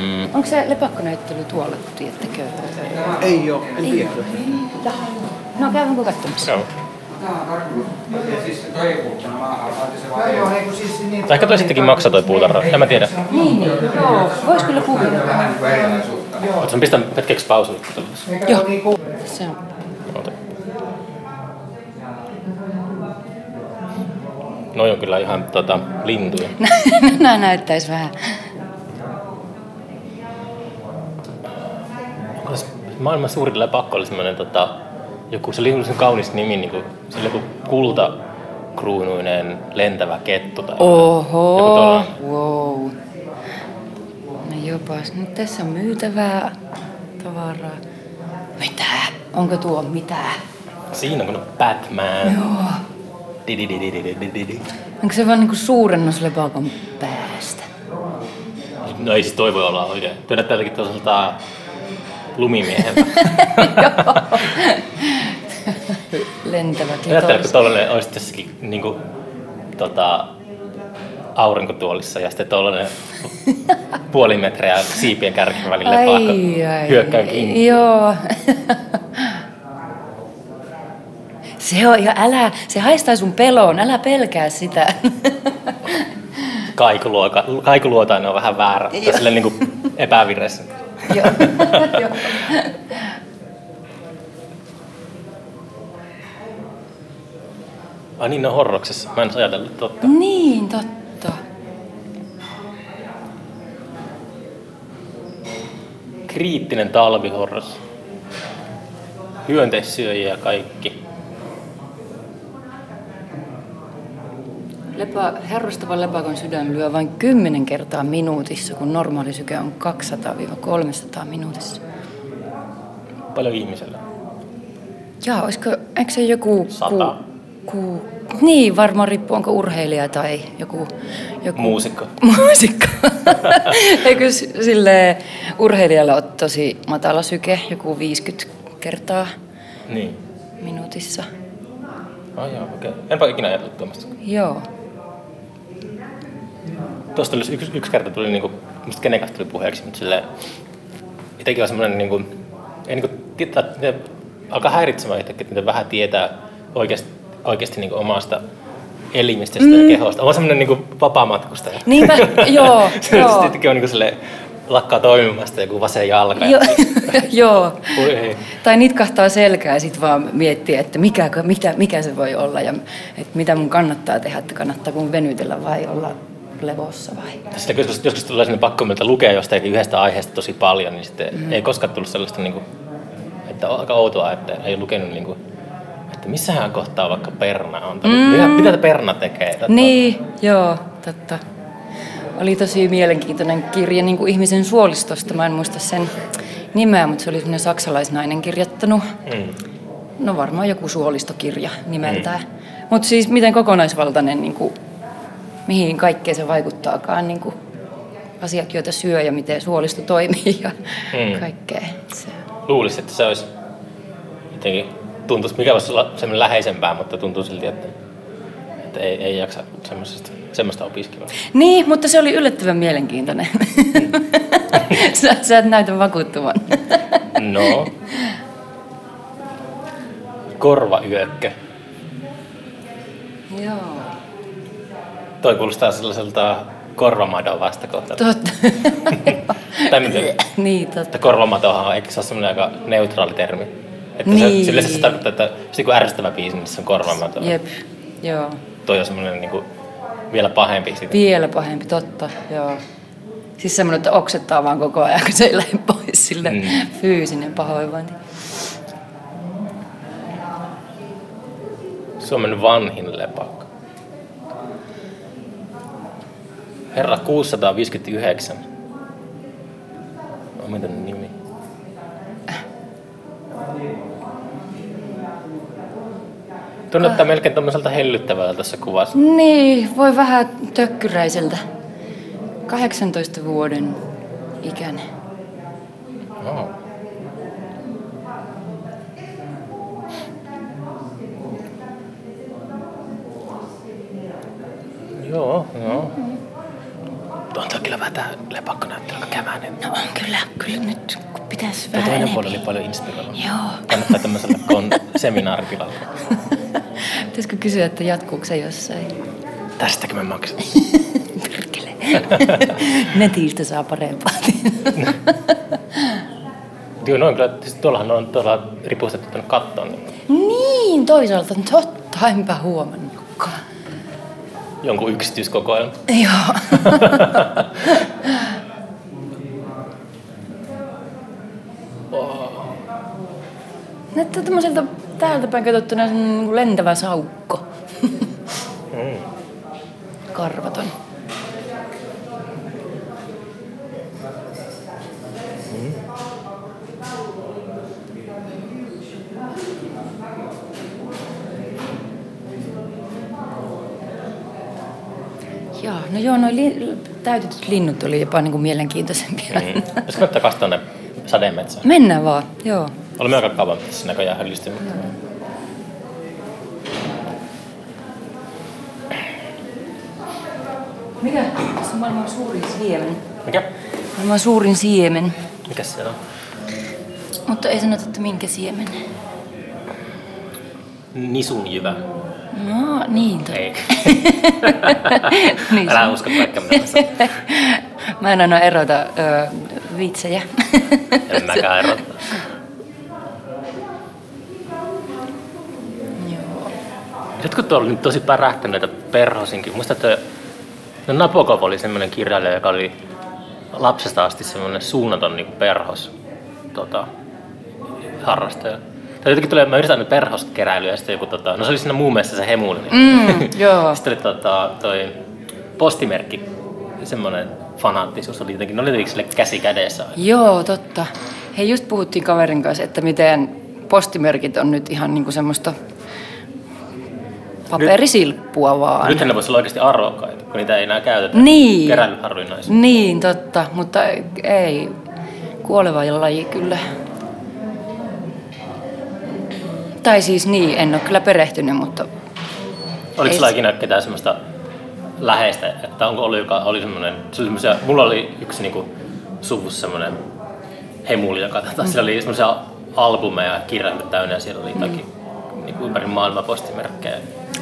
Mm.
Onko se lepakkonäyttely tuolla, tiedättekö?
Ei ole, en tiedä.
No käydäänkö katsomassa?
Joo.
Joo, joo, ei kun siis niin...
Tai ehkä toi sittenkin maksaa toi puutarha. En mä tiedä.
Niin, niin, joo. Vois kyllä kuvitella.
Oletko sen pistänyt hetkeksi pausille? kun tulisi?
Joo. Se on.
Oota. Noi on kyllä ihan tota, lintuja.
No, Nää näyttäis vähän.
Onko tässä Maailman suurin lepakko oli semmoinen tota, joku, se oli sen kaunis nimi, niin kuin, se oli joku kultakruunuinen lentävä kettu. Tai Joku
Oho.
tollanen.
Wow. No jopas. Nyt tässä on myytävää tavaraa. Mitä? Onko tuo mitä?
Siinä kun on Batman.
Joo.
Didididididididi.
Onko se vaan niinku suurennos lepakon päästä?
No ei siis toi voi olla oikein. Tuo näyttää jotenkin tuollaiselta lumimieheltä.
Lentävä
Ajattelen, kun
keto.
tollanen olisi jossakin niin kuin, tota, aurinkotuolissa ja sitten tollanen puoli metriä siipien kärkin välillä paakka hyökkää kiinni.
Joo. Se on jo, älä, se haistaa sun peloon, älä pelkää sitä.
Kaikuluoka, kaikuluotain on vähän väärä, tai silleen niin kuin epäviressä.
Joo. Joo.
Ai niin, ne on horroksessa. Mä en olisi ajatellut totta.
niin, totta.
Kriittinen talvihorros. Hyönteissyöjiä kaikki.
Lepa, herrostava lepakon sydän lyö vain 10 kertaa minuutissa, kun normaali syke on 200-300 minuutissa.
Paljon ihmisellä.
Jaa, olisiko, eikö se joku...
Sata.
Ku, niin, varmaan riippuu, onko urheilija tai joku, joku
Muusikko.
muusikko. Eikö s- sille urheilijalla ole tosi matala syke, joku 50 kertaa
Niin.
minuutissa?
Ai joo, okei. Enpä ikinä ajatellut tuommoista.
Joo.
Tuosta tuli yksi, yksi kerta tuli, niinku, musta kenen kanssa tuli puheeksi, mutta silleen, itsekin on semmoinen, niinku, ei niinku, tietää, ne alkaa häiritsemään itsekin, että miten vähän tietää oikeasti, oikeasti niinku omasta elimistöstä mm. ja kehosta. On semmoinen niinku vapaamatkustaja.
Niinpä, joo,
Se
joo.
sittenkin on niinku silleen, lakkaa toimimasta joku vasen jalka.
joo,
Ja,
joo.
voi ei.
Tai nitkahtaa selkää ja sitten vaan miettiä, että mikä, mitä, mikä se voi olla ja että mitä mun kannattaa tehdä, että kannattaako mun venytellä vai olla levossa vai...
Sitten joskus, joskus tulee sellainen pakko mieltä lukea jostakin yhdestä aiheesta tosi paljon, niin sitten mm. ei koskaan tullut sellaista, niin kuin, että on aika outoa, että ei lukenut, niin kuin, että missähän kohtaa vaikka perna on, tai mm. mitä, mitä perna tekee. Tai-
Niin, joo, totta. Oli tosi mielenkiintoinen kirja niin kuin ihmisen suolistosta. Mä en muista sen nimeä, mutta se oli semmoinen saksalaisnainen kirjoittanut.
Mm.
No varmaan joku suolistokirja nimeltään. Mm. Mutta siis miten kokonaisvaltainen, niin kuin, mihin kaikkeen se vaikuttaakaan, niin kuin, asiat, joita syö ja miten suolisto toimii ja
Mm.
mm. kaikkea. Se,
Luulisi, että se olisi jotenkin, tuntuisi, mikä voisi olla semmoinen läheisempää, mutta tuntuu silti, että, että ei, ei jaksa semmoisesta, semmoista opiskella.
Niin, mutta se oli yllättävän mielenkiintoinen. Mm. sä, sä et näytä vakuuttuvan.
No. Korvayökkö.
Joo.
Toi kuulostaa sellaiselta korvamadon vastakohtalta.
Totta.
Tai miten?
niin, totta.
Että korvamatohan on, eikö se ole semmoinen aika neutraali termi? Että se,
Niin.
sillä se tarkoittaa, että se kun ärsyttävä biisi, niin se on korvamaton.
Jep, joo.
Toi on semmoinen niin kuin, vielä pahempi sitä.
Vielä pahempi, totta, joo. Siis semmoinen, että oksettaa vaan koko ajan, kun se ei lähde pois sille
Mm.
mm. fyysinen pahoinvointi.
Suomen vanhin lepakko. Herra 659. Omituinen nimi.
Äh.
Tunnettaa melkein tämmöiseltä hellyttävältä se kuvassa.
Niin, voi vähän tökkyräiseltä. 18 vuoden ikäinen.
No. Joo, joo. On toi kyllä vähän tää lepakko näyttää aika kämäinen.
No on kyllä, kyllä nyt kun pitäisi
Tuo niin-
vähän
toinen
enemmän.
puoli oli paljon inspiroiva.
Joo.
Kannattaa tämmöisellä kon seminaaritilalla.
Pitäisikö kysyä, että jatkuuko se jossain?
Tästäkin mä maksan.
Perkele. Netistä saa parempaa.
Joo, noin kyllä. Siis tuollahan on tuolla ripustettu tuonne kattoon. Niin
niin, toisaalta totta, enpä huomannutkaan.
jonkun yksityiskokoelma.
Joo. Näyttää tämmöiseltä täältä päin katsottuna semmonen niinku lentävä saukko. Karvaton. Joo, no joo, noi li- täytetyt linnut oli jopa niinku mielenkiintoisempia.
Mm. Jos kannattaa kastaa ne sademetsään.
Mennään vaan, joo.
Olemme aika kauan tässä näköjään höllistynyt.
Mikä? Se on maailman suurin siemen.
Mikä?
Maailman suurin siemen.
Mikä siellä on?
Mutta ei sanota, että minkä siemen.
Nisunjyvä.
No niin, totta.
Ei.
niin
Älä
se-
usko kaikkea mitä mä sanon.
Mä en aina erota ö, vitsejä.
En mäkään erottaa.
Joo.
Jotkut tuolla nyt tosi pärähtäneitä perhosinkin. Muista, että no Nabokov oli semmoinen kirjailija, joka oli lapsesta asti semmoinen suunnaton niin perhos tota, harrastaja. Tai jotenkin tulee, mä yritän nyt perhoskeräilyä ja sitten joku, tota, no se oli siinä muun mielestä se hemulinen.
Mm, joo.
Sitten oli tota, toi postimerkki, semmoinen fanaattisuus oli jotenkin, ne oli jotenkin sille käsi kädessä. aina.
Joo, totta. Hei, just puhuttiin kaverin kanssa, että miten postimerkit on nyt ihan niinku semmoista paperisilppua vaan.
Nythän ne voisi olla oikeasti arvokkaita, kun niitä ei enää käytetä.
Niin.
Keräilyharvinaisuus.
Niin, totta, mutta ei. Kuoleva laji kyllä. Tai siis niin, en ole kyllä perehtynyt, mutta
Oliko
Ei
sulla
se-
ikinä ketään semmoista läheistä, että onko ollut, joka oli semmoinen, se oli semmoisia, mulla oli yksi niinku suvussa semmoinen hemuli, joka tota, sillä oli semmoisia albumeja ja kirjaimia täynnä ja
Niin.
siellä oli jotakin niinku ympäri maailmaa postimerkkejä.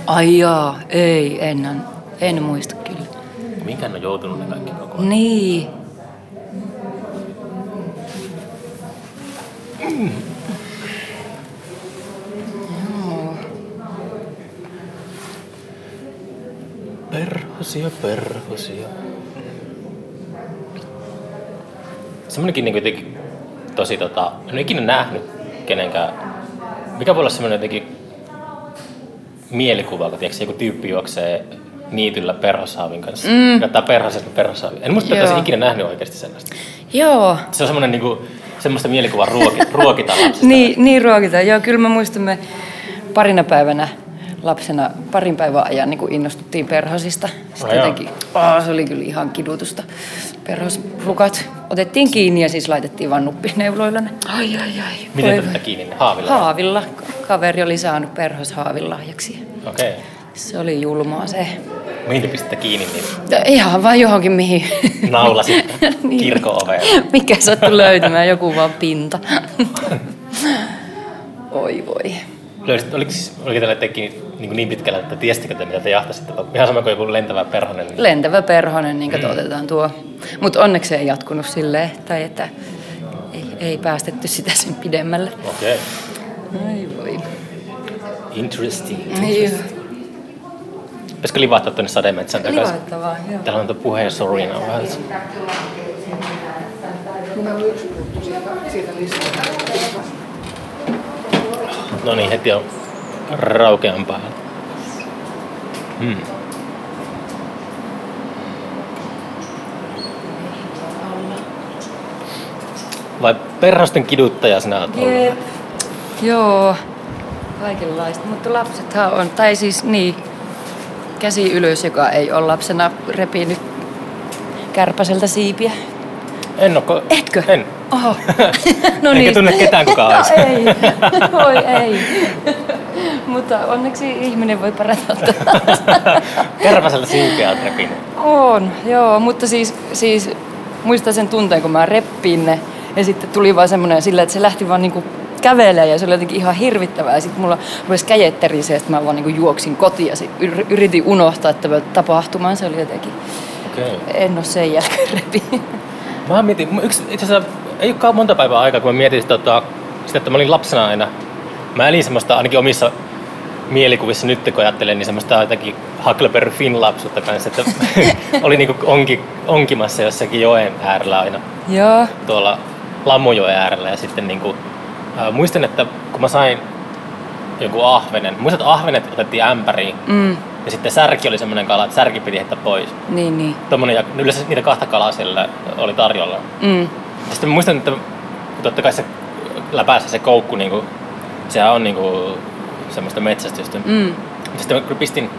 ai jaa, ei, en, an- en muista kyllä.
Mihinkä ne on joutunut ne kaikki koko ajan?
Niin,
Perhosia, perhosia. Semmoinenkin niinku jotenkin tosi tota, en ole ikinä nähnyt kenenkään. Mikä voi olla semmoinen jotenkin mielikuva, kun tiedätkö, joku tyyppi juoksee niityllä perhosaavin kanssa. Mm. Kattaa perhosesta perhosaavin. En muista, että
Joo.
olisin ikinä nähnyt oikeasti sellaista.
Joo.
Se on semmoinen niinku, semmoista mielikuvaa ruoki, ruokita lapsista.
Niin, niin ruokitaan. Joo, kyllä mä muistamme parina päivänä lapsena, parin päivän ajan niin innostuttiin perhosista.
Ai
Sitten
joo.
jotenkin, oh, se oli kyllä ihan kidutusta. Perhoslukat otettiin kiinni ja siis laitettiin vaan nuppineuloilla ne. Ai, ai, ai.
Miten
Voi-
tätä kiinni? Haavilla?
Haavilla. Kaveri oli saanut perhoshaavin lahjaksi.
Okei.
Se oli julmaa se.
Mihin te pistätte kiinni niin
Ja Ihan vaan johonkin mihin.
naulasit
Niin.
kirkon oveen?
Mikä sattui löytämään, joku vaan pinta. Oi voi.
Löysit, oliko, siis- oliko teillä teki niin, niin pitkällä, että tiestikö te mitä te jahtasitte? vai Ihan sama kuin joku lentävä perhonen. Niin
Lentävä perhonen, niin mm. otetaan tuo. Mutta onneksi ei jatkunut silleen, tai että ei, ei päästetty sitä sen pidemmälle.
Okei. Okay.
Ai voi.
Interesting.
Niin,
Pitäisikö livahtaa tuonne sademetsän takaisin?
Livaittavaa, joo.
Täällä on tuo puheen sorina vähän. No niin, heti on raukean päällä. Hmm. Vai perhosten kiduttaja sinä olet ollut?
Jep. Joo, kaikenlaista. Mutta lapsethan on, tai siis niin, käsi ylös, joka ei ole lapsena repinyt kärpäseltä siipiä.
En oo ko-
Etkö?
En.
Oho. no
Enkä tunne ketään, kuka
no
olisi.
ei. Voi ei. Mutta onneksi ihminen voi parantaa tätä.
Kärpäseltä siipiä olet repinyt.
On, joo. Mutta siis, siis muistan sen tunteen, kun mä reppiin ne. Ja sitten tuli vaan semmoinen sillä, että se lähti vaan niinku kävelee ja se oli jotenkin ihan hirvittävää. Ja sitten mulla rupesi käjet tärisee, että mä vaan niinku juoksin kotiin ja sit yr- yritin unohtaa tämän tapahtuman. Se oli jotenkin,
Okei. Okay.
en ole sen jälkeen repi.
Mä mietin, mä yksi, itse asiassa ei olekaan monta päivää aikaa, kun mä mietin sitä, tota, sitä, että mä olin lapsena aina. Mä elin semmoista ainakin omissa mielikuvissa nyt, kun ajattelen, niin semmoista jotenkin Huckleberry Finn lapsuutta kanssa, että oli niinku onki, onkimassa jossakin joen äärellä aina
joo.
tuolla Lammujoen äärellä ja sitten niinku, ää, muistan, että kun mä sain jonkun ahvenen, muistat että ahvenet otettiin ämpäriin
Mm,
ja sitten särki oli semmoinen kala, että särki piti heittää pois.
niin, niin.
Tommonen, ja yleensä niitä kahta kalaa siellä oli tarjolla.
Mm.
Sitten mä muistan, että totta kai se läpäisee se koukku, niin kuin, sehän on niin kuin, semmoista metsästystä. Mm.
Mm.
Sitten mä pistin,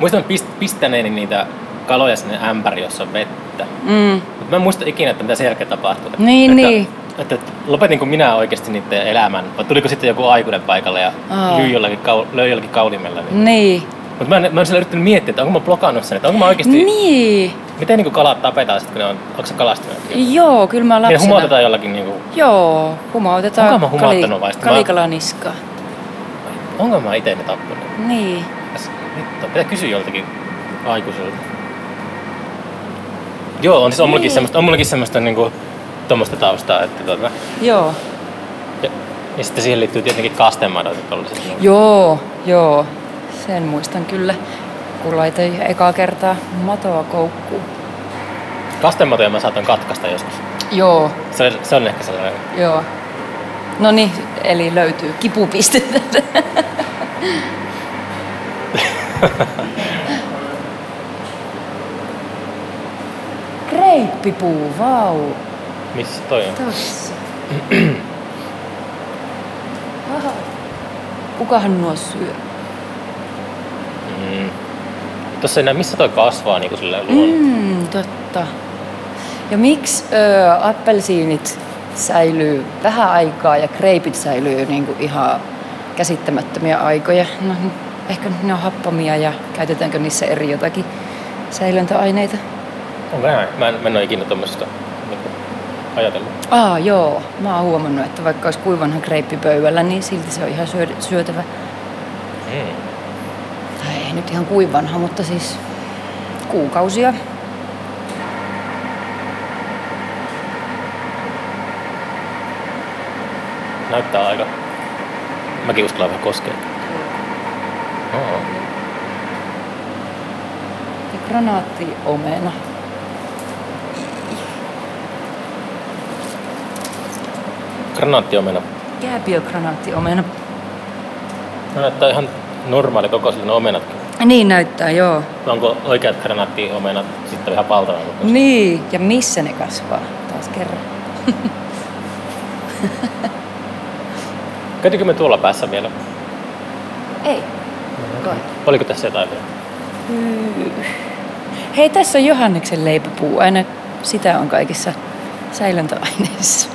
muistan pist, pistäneeni niitä kaloja sinne ämpäri, jossa on vettä.
Mm.
Mutta mä en muista ikinä, että mitä sen jälkeen tapahtui.
Niin,
että,
niin.
Että, että lopetinko minä oikeasti niiden elämän, vai tuliko sitten joku aikuinen paikalle ja
Aa.
lyö jollakin, kau, löi jollakin kaulimella. Niin.
Niin.
Mutta mä en, mä en sillä yrittänyt miettiä, että onko mä blokannut sen, että onko mä oikeasti,
Niin.
miten niin kalat tapetaan sitten, kun ne on, onko se kalastunut?
Joo, kyllä mä
Niin
lapsena.
humautetaan jollakin niin kuin,
Joo, humautetaan.
Onko mä humauttanut vai sitten mä-
Kalikalaniskaa.
onko mä itse ne tappanut?
Niin.
Mitäs Vittu, pitää kysyä joltakin aikuiselta. Joo, on siis on mullakin
Niin.
semmoista, on mullakin semmoista niinku, tommoista taustaa, että tota,
Joo.
ja, ja, sitten siihen liittyy tietenkin kastemadot ja tollaset. Niin.
Joo, joo. Sen muistan kyllä, kun laitoin ekaa kertaa matoa koukkuun.
Kastematoja mä saatan katkaista joskus.
Joo,
Se, on- se on ehkä sellainen.
joo. No niin, eli löytyy kipupiste. Kreippipuu, vau.
Missä toi on?
Tossa. Aha. Kukahan nuo syö?
Mm. Tossa ei näe, missä toi kasvaa niinku silleen luonnolla.
Mm, totta. Ja miksi ö, appelsiinit säilyy vähän aikaa ja kreipit säilyy niinku ihan käsittämättömiä aikoja? No, ehkä ne on happamia ja käytetäänkö niissä eri jotakin säilöntäaineita?
Onko näin? Mä en, mä en ole ikinä tommosesta niinku, ajatellut.
Aa, joo. Mä oon huomannut, että vaikka olisi kuivanhan kreippi pöydällä, niin silti se on ihan syö- syötävä.
Mm.
Tai ei nyt ihan kuivanha, mutta siis kuukausia.
Näyttää aika. Mäkin uskallan vähän koskea. Oo.
Ja granaattiomena.
Granaattiomena.
Kääpiögranaattiomena.
No näyttää ihan normaali kokoisille ne omenatkin.
Niin näyttää, joo.
Onko oikeat granaattihomenat sitten ihan valtavan kokoisia?
Niin, ja missä ne kasvaa taas kerran.
Käytiinkö me tuolla päässä vielä?
Ei. Kai.
Oliko tässä jotain vielä?
Hei, tässä on Johanneksen leipäpuu. Aina sitä on kaikissa säilöntäaineissa.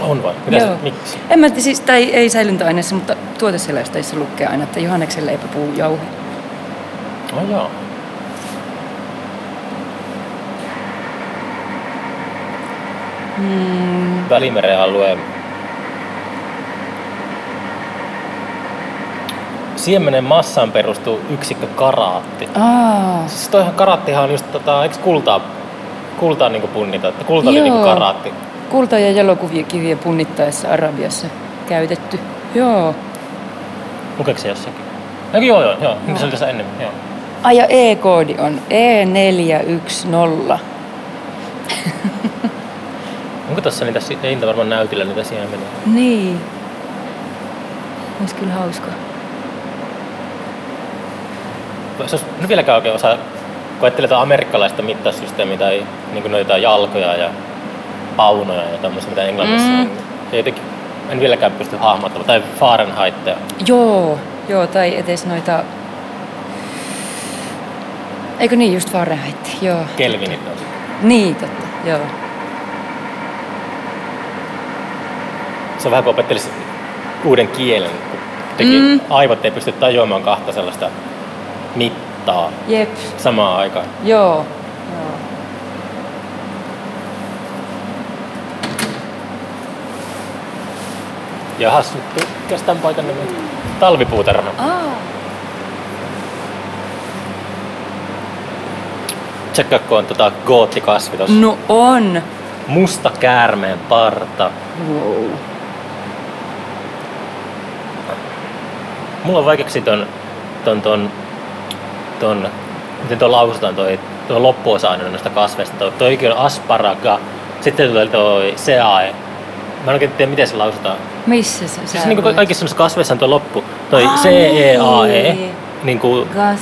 On vai? Mitä se, miksi?
En mä, siis, tai ei säilyntäaineessa, mutta tuoteselosteissa lukee aina, että Johanneksen leipäpuu jauhe.
Oh, joo. Mm. Välimeren alueen siemenen massaan perustuu yksikkö karaatti.
Aa,
Siis toihan karaattihan on just tota, eikö kultaa, kultaa niinku punnita, että kulta oli niinku
Joo.
karaatti.
kulta- ja jalokiviä punnittaessa Arabiassa käytetty. Joo.
Lukeeko se jossakin? No, joo, joo, joo. No. Se oli tässä ennen, joo.
Ai ja E-koodi on E E410.
Onko tässä niitä, si- ei niitä varmaan näytillä niitä siemeniä?
Niin. Olisi kyllä hauska.
Se olisi nyt vieläkään oikein osaa, kun ajattelee tätä amerikkalaista mittaussysteemiä tai niin kuin noita jalkoja ja paunoja ja tämmöisiä, mitä Englannissa
Mm.
mm. on. Ei Jotenkin, en vieläkään pysty hahmottamaan. Tai Fahrenheitia.
Joo, joo, tai edes noita... Eikö niin, just Fahrenheit, joo.
Kelvinit on.
Niin, totta, joo.
Se on vähän kuin opettelisi uuden kielen, kun teki
Mm.
mm. aivot ei pysty tajuamaan kahta sellaista mittaa
Jep,
samaan aikaan.
joo. joo.
Ja hassuttu, kestän paikan nimi. Talvipuutarha.
Aa,
Tsekkaa, kun on tota goottikasvi tossa.
no on.
Musta käärmeen parta.
Wow.
Mulla on vaikeaksi ton, ton, ton, ton miten tuo lausutaan toi, tuo loppuosa aina noista kasveista. Toi, toi on asparaga, sitten tulee toi seae. Mä en oikein tiedä, miten se lausutaan.
Missä sä
Siis niin kuin
olet?
kaikissa noissa kasveissa on tuo loppu, toi
E.
E
Ai.
C-E-A-E, niin kuin
Gasea.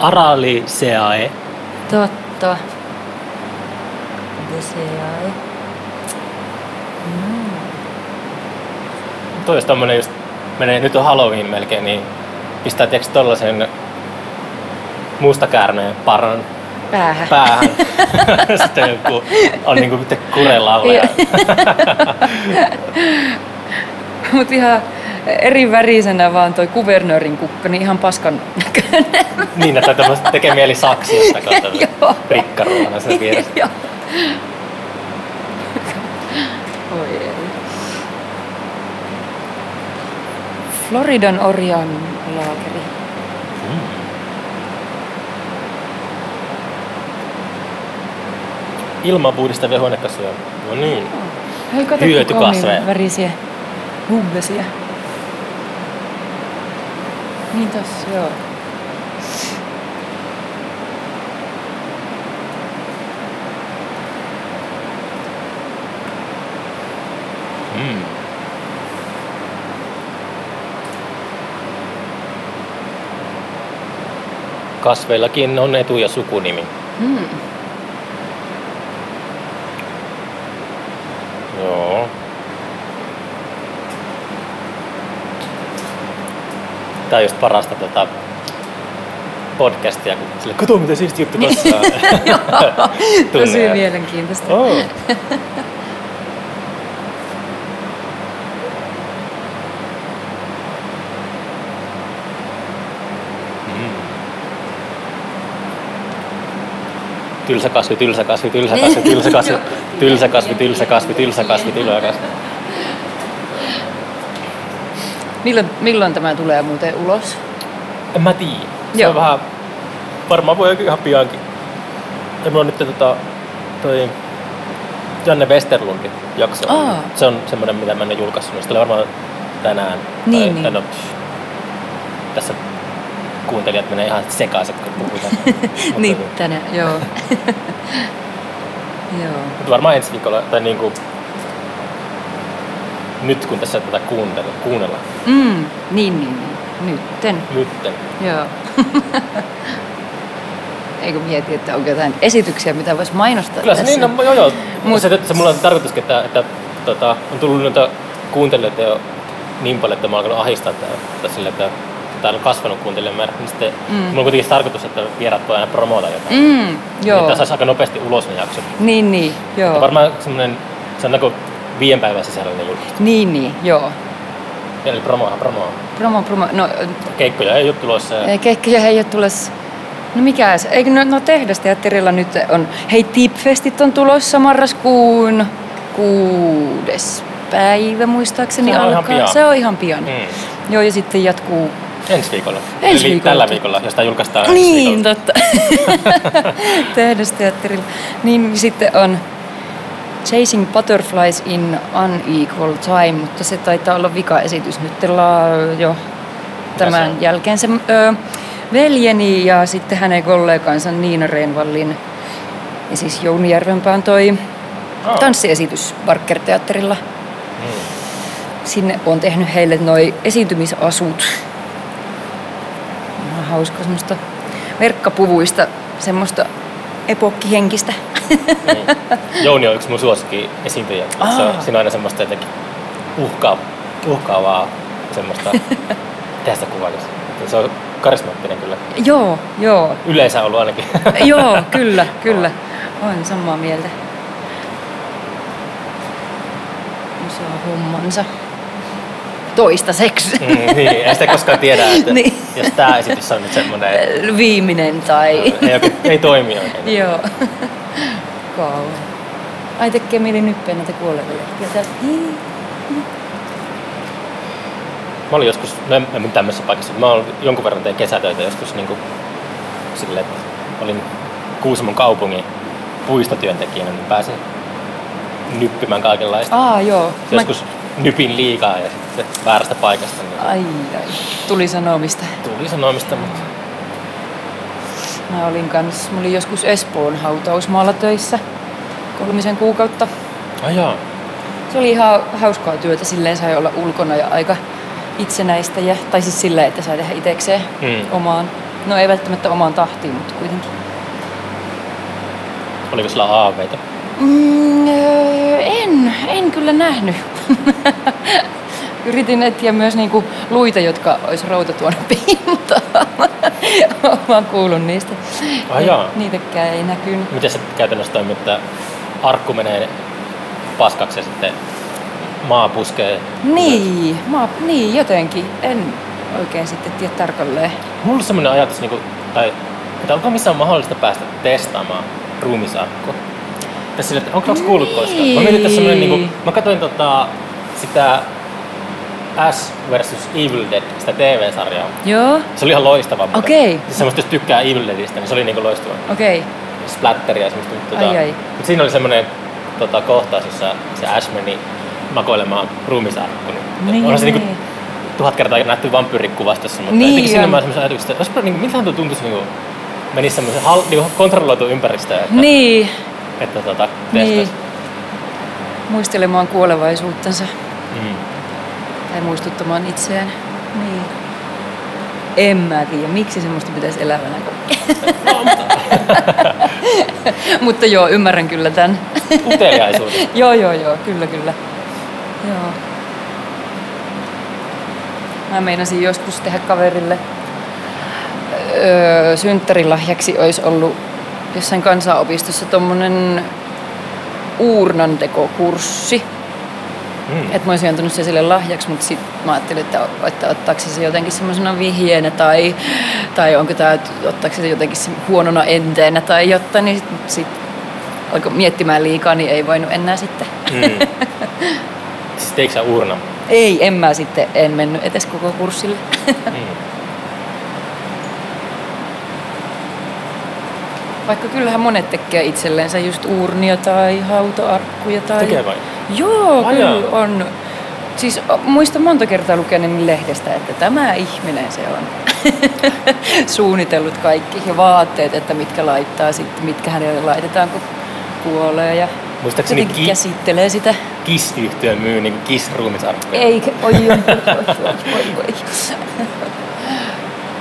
arali E. seae.
Totta. Gasea.
Toi jos tommonen just menee, nyt on Halloween melkein, niin pistää tiiäks tollasen mustakäärmeen paran
Päähän.
päähän. Sitten joku on niinku mitä kurelauleja.
Mutta ihan eri värisenä vaan toi kuvernöörin kukka, niin ihan paskan näköinen.
niin, että tämmöistä tekee mieli saksi jostakin tämmöinen
Joo. Niin.
prikkarullana sen vieressä.
Joo. Oi ei. Floridan orjan laakeri.
Hmm. Ilman puhdistavia huonekasveja. No niin.
Hei, kato,
Hyötykasveja.
kuinka värisiä hubbesia. Niin tossa, joo.
Mm. Kasveillakin on etu- ja sukunimi.
Mm.
Joo. Tää on just parasta tota podcastia, kun sille, kato mitä siisti juttu tossa on.
Tosi
Tunne-
mielenkiintoista.
Oh. Mm. Tylsä kasvi, tylsä kasvi, tylsä kasvi, tylsä kasvi, tylsä kasvi, tylsä kasvi, tylsä kasvi, tylsä kasvi.
Milloin, milloin tämä tulee muuten ulos?
En mä tiedä. Se
Joo.
on vähän, varmaan voi ihan piankin. Ja mulla on nyt tota, toi Janne Westerlundin jakso.
Aa.
Se on semmoinen, mitä mä en ole julkaissut. niin Se tulee varmaan tänään.
Niin, niin.
tänä- tässä kuuntelijat menee ihan sekaisin, kun puhutaan. Mutta
niin,
niin.
tänään, joo. joo.
Mutta varmaan ensi viikolla, tai niinku, nyt kun tässä tätä kuuntele, kuunnellaan,
Mm, niin, niin, niin. Nytten.
nytten.
Joo. Eikö mieti, että onko jotain esityksiä, mitä voisi mainostaa
Kyllä se
tässä?
niin on, joo joo. Mut. Se, se mulla on tarkoitus, että, että tota, on tullut noita kuuntelijoita jo niin paljon, että mä oon alkanut ahistaa tää, tai sille, että täällä on kasvanut kuuntelijamäärä, niin sitten mm. mulla on kuitenkin se tarkoitus, että vieraat voi aina promoota jotain.
Mm,
Niin,
joo.
Että saisi aika nopeasti ulos ne jaksot.
Niin, niin,
Joo.
joo.
Varmaan semmoinen, sanotaanko viiden päivän sisällä ne julkaistaan.
Niin, niin, joo.
Eli promoa, promoa.
Promo, promo. No,
Keikkoja ei ole tulossa. Ja...
Ei, keikkoja ei ole tulossa. No mikä se? Eikö no, no tehdasteatterilla nyt on? Hei, Tipfestit on tulossa marraskuun kuudes päivä muistaakseni
Se on ihan
alkaa.
pian.
Se on ihan pian.
Mm.
Joo, ja sitten jatkuu.
Ensi viikolla.
Ensi
Eli
viikolla.
tällä viikolla, josta julkaistaan ensi
Niin,
viikolla.
totta. tehdasteatterilla. Niin sitten on Chasing Butterflies in Unequal Time, mutta se taitaa olla vikaesitys nyt la- jo tämän
se on?
jälkeen. Se ö, veljeni ja sitten hänen kollegansa Niina Reenvallin ja siis Jouni Järvenpään toi
Aa.
tanssiesitys Barker-teatterilla.
Mm.
Sinne on tehnyt heille noi esiintymisasut. Ihan hauska semmoista verkkapuvuista, semmoista epokkihenkistä.
Niin. Jouni on yksi mun suosikki esiintyjä. Se on,
Aa. Uh.
siinä on aina semmoista jotenkin uhkaa, uhkaavaa semmoista tästä kuvailisi. Se on karismaattinen kyllä.
joo, joo.
Yleensä ollut ainakin.
joo, kyllä, kyllä. Olen samaa mieltä. Osaa No hommansa. Toistaiseksi.
mm, niin, ei sitä koskaan tiedä, että
Niin.
jos tämä esitys on nyt semmoinen, että
Viimeinen tai...
ei, oikein, ei toimi oikein.
Joo. Kauan. Ai tekee mieli nyppeä näitä kuolevia lehtiä tästä. Hii.
Mä olin joskus, no en, en tämmöisessä paikassa, mä olin jonkun verran tein kesätöitä joskus niin kuin, sille, että olin Kuusamon kaupungin puistotyöntekijänä, niin pääsin nyppimään kaikenlaista.
Aa, joo.
Mä... Joskus nypin liikaa ja sitten väärästä paikasta, niin
Mä... Ai, ai. Tuli sanomista.
tuli sanomista, mutta
Mä olin kans, mä olin joskus Espoon hautausmaalla töissä kolmisen kuukautta.
ajaa.
Se oli ihan hauskaa työtä, silleen sai olla ulkona ja aika itsenäistä. Ja, tai siis silleen, että sai tehdä itsekseen
Mm.
omaan. No ei välttämättä omaan tahtiin, mutta kuitenkin.
Oliko sillä aaveita?
Mm, öö, en, en kyllä nähnyt. Yritin etsiä myös niinku luita, jotka olisi routa tuonne pintaan. Mä oon kuullut niistä.
Ai
Ni-
jaa.
Niitäkään ei näkynyt.
Miten se käytännössä toimii, että arkku menee paskaksi ja sitten maa puskee?
Niin, mä, oon- niin jotenkin. En oikein sitten tiedä tarkalleen.
Mulla on semmoinen ajatus, niin kuin, tai, että onko missään mahdollista päästä testaamaan ruumisarkkua? Tai sillä, että onko niin. kuullut koskaan? Mä mietin, että semmoinen, niin kuin, mä katsoin tota, sitä Ash versus Evil Dead, sitä TV-sarjaa.
Joo,
Se oli ihan loistava. muuten.
Okei.
Siis semmoista, jos tykkää Evil Deadistä, niin se oli niinku loistava.
okei. Okay.
splatteria semmoista. Mutta
Ai,
tota,
ai.
mut siinä oli semmoinen tota, kohtaus, jossa se Ash meni makoilemaan ruumisarkkuun.
Niin.
Onhan se niinku tuhat kertaa nähty vampyyrikkuvastossa, mutta
Niin
niin, jotenkin siinä
on.
mä semmoisen ajatuksen, että olisipa niinku, miltähän tuo tuntuisi niinku, menisi semmoisen hal, niinku kontrolloitu ympäristöön, että,
Niin,
että tota,
niin.
testaisi.
Muistelemaan kuolevaisuuttansa.
Mm.
Tai muistuttamaan itseään. Niin. En mä tiedä, miksi semmoista pitäisi elävänä kokea.
No,
Mutta joo, ymmärrän kyllä tämän.
Uteliaisuudesta.
joo, joo, joo, kyllä, kyllä. Joo. Mä meinasin joskus tehdä kaverille öö, synttärilahjaksi olisi ollut jossain kansanopistossa tommonen uurnantekokurssi.
Mm.
Et mä olisin antanut sen sille lahjaksi, mutta sitten mä ajattelin, että, että ottaako se se jotenkin semmoisena vihjeenä tai, tai onko tämä, ottaako se se jotenkin se huonona enteenä tai jotain, niin sitten sit alkoi miettimään liikaa, niin ei voinut enää sitten.
Mm. Siis teikö sä urna?
Ei, en mä sitten, en mennyt edes koko kurssille.
Mm.
Vaikka kyllähän monet tekee itselleensä just uurnia tai hautaarkkuja tai...
Tekee vai?
Joo,
Ai
kyllä
jaa.
on. Siis o, muistan monta kertaa lukeneeni lehdestä, että tämä ihminen se on suunnitellut kaikki ja vaatteet, että mitkä laittaa sitten, mitkä hänelle laitetaan, kun kuolee ja
Muistaakseni
jotenkin
ki-
käsittelee sitä.
Kiss-yhtiö myy niinku kiss ruumisarkkuja.
Ei, oi, oi, oi, oi, oi, oi.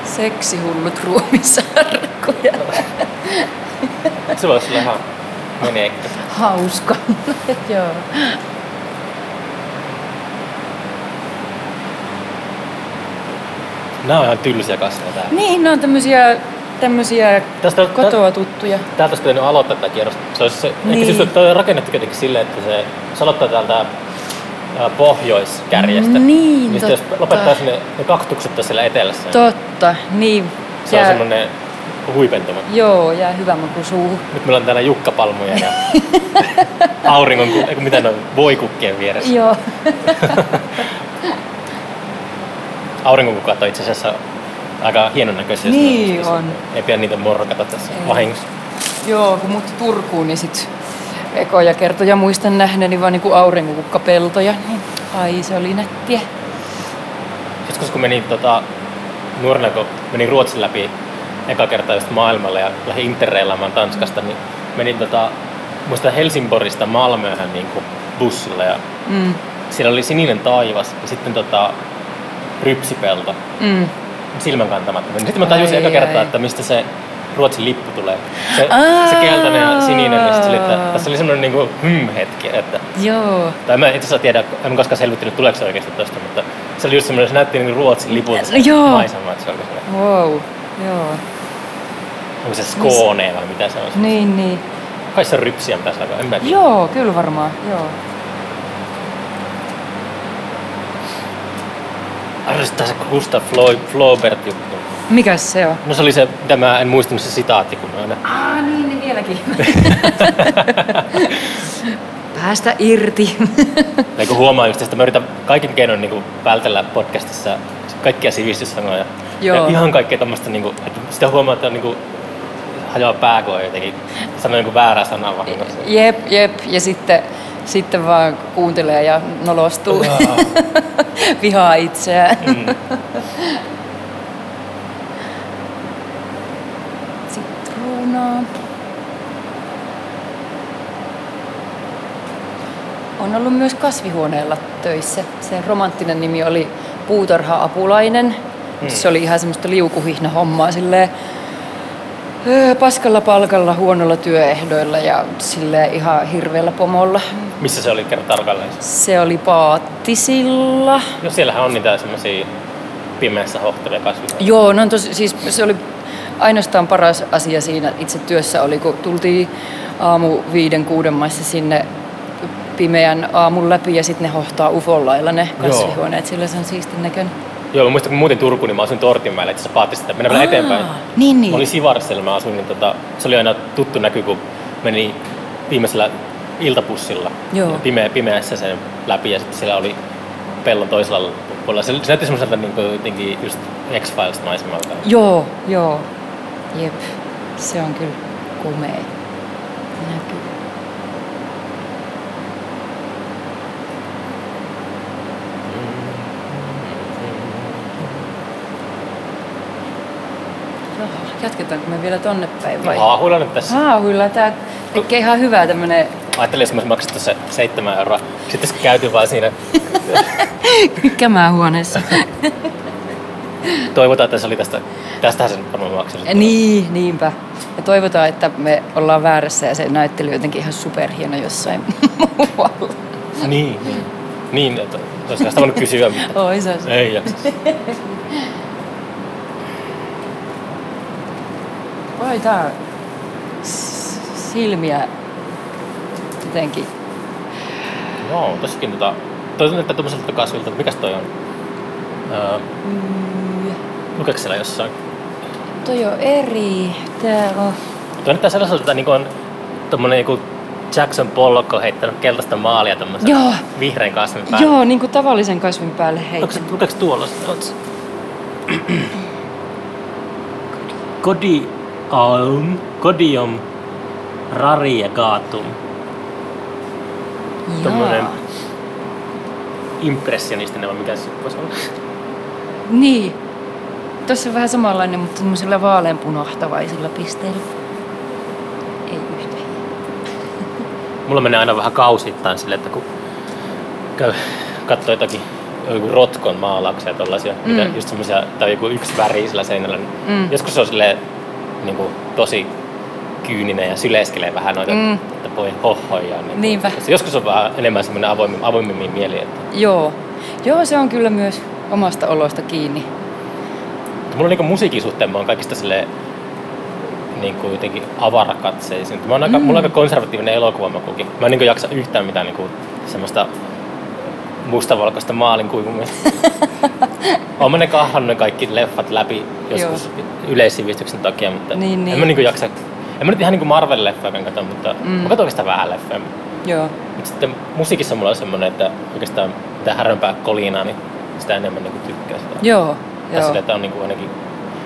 Seksihullut ruumisarkkuja.
Se voisi olla ihan menekkä.
Hauska. Joo.
Nämä on ihan tylsiä kasveja täällä.
Niin, ne on tämmöisiä, tämmöisiä
Tästä,
kotoa tuttuja.
Täältä olisi pitänyt aloittaa tämä kierros. Se olisi se,
Niin.
niin. Ehkä siis on rakennettu jotenkin silleen, että se, se aloittaa täältä ää, pohjoiskärjestä.
Niin,
Niin sitten
totta.
jos lopettaa sinne ne kaktukset tässä siellä etelässä, niin
Totta, niin.
se on semmoinen huipentuma.
Joo, jää hyvä maku suuhun.
Nyt meillä on täällä jukkapalmuja ja auringon, ku- eikö mitä ne on, voikukkien vieressä.
Joo.
Auringonkukat on itse asiassa aika hienon näköisiä. jos
Niin
ne oikeasti-
on.
Ei pidä niitä morkata tässä
Ei.
vahingossa.
Joo, kun muutti Turkuun, niin sit ekoja kertoja muistan nähneeni vaan niinku aurinkokukkapeltoja. Niin. Ai, se oli nättiä.
Joskus kun menin tota, nuorena, kun menin Ruotsin läpi eka kertaa just maailmalle ja lähdin interreilaamaan Tanskasta, niin menin tota, muista Helsingborista Malmöhän niin kuin bussilla ja
Mm,
siellä oli sininen taivas ja sitten tota, rypsipelto
mm.
silmänkantamattomia. Sitten mä tajusin
Ai,
eka kertaa,
ai.
että mistä se Ruotsin lippu tulee. Se, se
Aa.
keltainen ja sininen. Ja sit sille, että, tässä oli semmoinen niin hmm-hetki, että
Joo.
tai mä itse asiassa tiedä, en koskaan selvittänyt tuleeko se oikeasti tosta, mutta se oli just semmoinen, se näytti niin Ruotsin lipulta se
No joo.
maisema, että se oli semmoinen,
Wow. Joo.
onko se Skåne vai mitä se on.
Niin, niin.
Kai se on rypsiä, mitä se on, en mä tiedä.
Joo, kyllä varmaan. Joo.
Arvostaa se Gustav Flo- Flaubert juttu.
Mikäs se on?
No se oli se, mitä mä en muistanut se sitaatti, kun aina.
Aa, niin, niin vieläkin. Päästä irti.
Ja kun huomaa just, että mä yritän kaiken keinoin niin kuin vältellä podcastissa kaikkia sivistyssanoja.
Joo.
Ja ihan kaikkea tämmöistä, niin kuin, että sitä huomaa, että on niin kuin, hajoaa pääkoja jotenkin. Sanoo niin kuin väärää sanaa vahingossa.
Jep, jep. Ja sitten, sitten vaan kuuntelee ja nolostuu.
Jaa.
Vihaa itseään.
Mm.
Sitruunaa. On ollut myös kasvihuoneella töissä. Se romanttinen nimi oli puutarha-apulainen.
Hmm.
Se oli ihan semmoista liukuhihnahommaa silleen öö, paskalla palkalla, huonolla työehdoilla ja sille ihan hirveällä pomolla.
Missä se oli kerran tarkalleen?
Se oli paattisilla.
No siellähän on niitä semmoisia pimeässä hohtavia kasveja.
Joo, no on tosi, siis se oli ainoastaan paras asia siinä itse työssä oli, kun tultiin aamu viiden kuuden maissa sinne pimeän aamun läpi ja sitten ne hohtaa ufollailla ne
Joo.
kasvihuoneet, sillä se on siistin näköinen.
Joo, mä muistan, kun muutin Turkuun, niin mä asuin Tortinmäellä, että se paattis sitä. Mennään vielä
Aa,
eteenpäin.
Niin,
Mä olin
niin.
Sivarissalla, mä asuin, niin tota, se oli aina tuttu näky, kun meni viimeisellä iltapussilla
Joo.
Ja pimeä, pimeässä sen läpi ja sitten siellä oli pellon toisella puolella. Se, se näytti semmoiselta niin kuin, jotenkin just X-Files maisemalta.
Joo, joo. Jep, se on kyllä komea. Näkyy. Jaha, Jatketaanko me vielä tonne päin vai?
Haahuilla nyt tässä.
Haahuilla tää tekee ihan hyvää tämmönen
Ajattelin, jos mä maksettu se seitsemän euroa. Sitten se käytiin vaan siinä.
kämähuoneessa.
Toivotaan, että se oli tästä. Tästähän sen varmaan maksaa.
niin, niinpä. Ja toivotaan, että me ollaan väärässä ja se näyttely jotenkin ihan superhieno jossain muualla.
Niin, niin. Niin, että olisiko sitä voinut kysyä, mutta
Oi, se olisi
ei siis, jaksa.
Voi tää s- silmiä jotenkin.
Joo, tossakin tota, toi näyttää tuommoiselta tota kasvilta, että mikäs toi on? Öö,
Mm,
lukeeko siellä jossain?
Toi on eri. Tää on.
Toi näyttää sellaiselta, että niinku on tommonen joku Jackson Pollock on heittänyt keltaista maalia tommosen
Joo.
vihreän kasvin päälle.
Joo, niinku tavallisen kasvin päälle
Onko,
heitä.
lukeeko tuolla? Oot... Kodium, Kodium rariegatum. tommonen- Impressionistinen vai mikä se voisi olla?
Niin. Tuossa on vähän samanlainen, mutta semmoisilla vaaleanpunahtavaisilla pisteillä. Ei yhtään.
Mulla menee aina vähän kausittain sille, että kun käy, katsoo jotakin joku rotkon maalauksia tollasia, mm. mitä just semmosia, tai joku yksi väri sillä seinällä. Niin mm. Joskus se on silleen, niin kuin, tosi kyyninen ja syleeskelee vähän noita, mm. että voi hohoja. Niin kuin.
Niinpä.
Joskus on vähän enemmän semmoinen avoimemmin, avoimemmin mieli. Että
Joo. Joo, se on kyllä myös omasta olosta kiinni.
Mutta Mulla on niinku musiikin suhteen, mä oon kaikista silleen niinku jotenkin avarakatseisin. Mä oon aika, mm. mulla on aika konservatiivinen elokuvamakukin. Mä en niinku jaksa yhtään mitään niinku semmoista mustavalkoista maalin kuivumista. oon mä ne kahannut ne kaikki leffat läpi joskus yleissivistyksen takia, mutta
Niin, niin.
en mä niinku jaksa. En mä nyt ihan niinku Marvel-leffaakaan katso, mutta mm. mä katson oikeastaan vähän leffoja.
Joo.
Mutta sitten musiikissa mulla on semmoinen, että oikeastaan mitä härönpää kolinaa, niin sitä enemmän niinku tykkää sitä.
Joo.
Tai
Joo.
sille, että on niinku ainakin,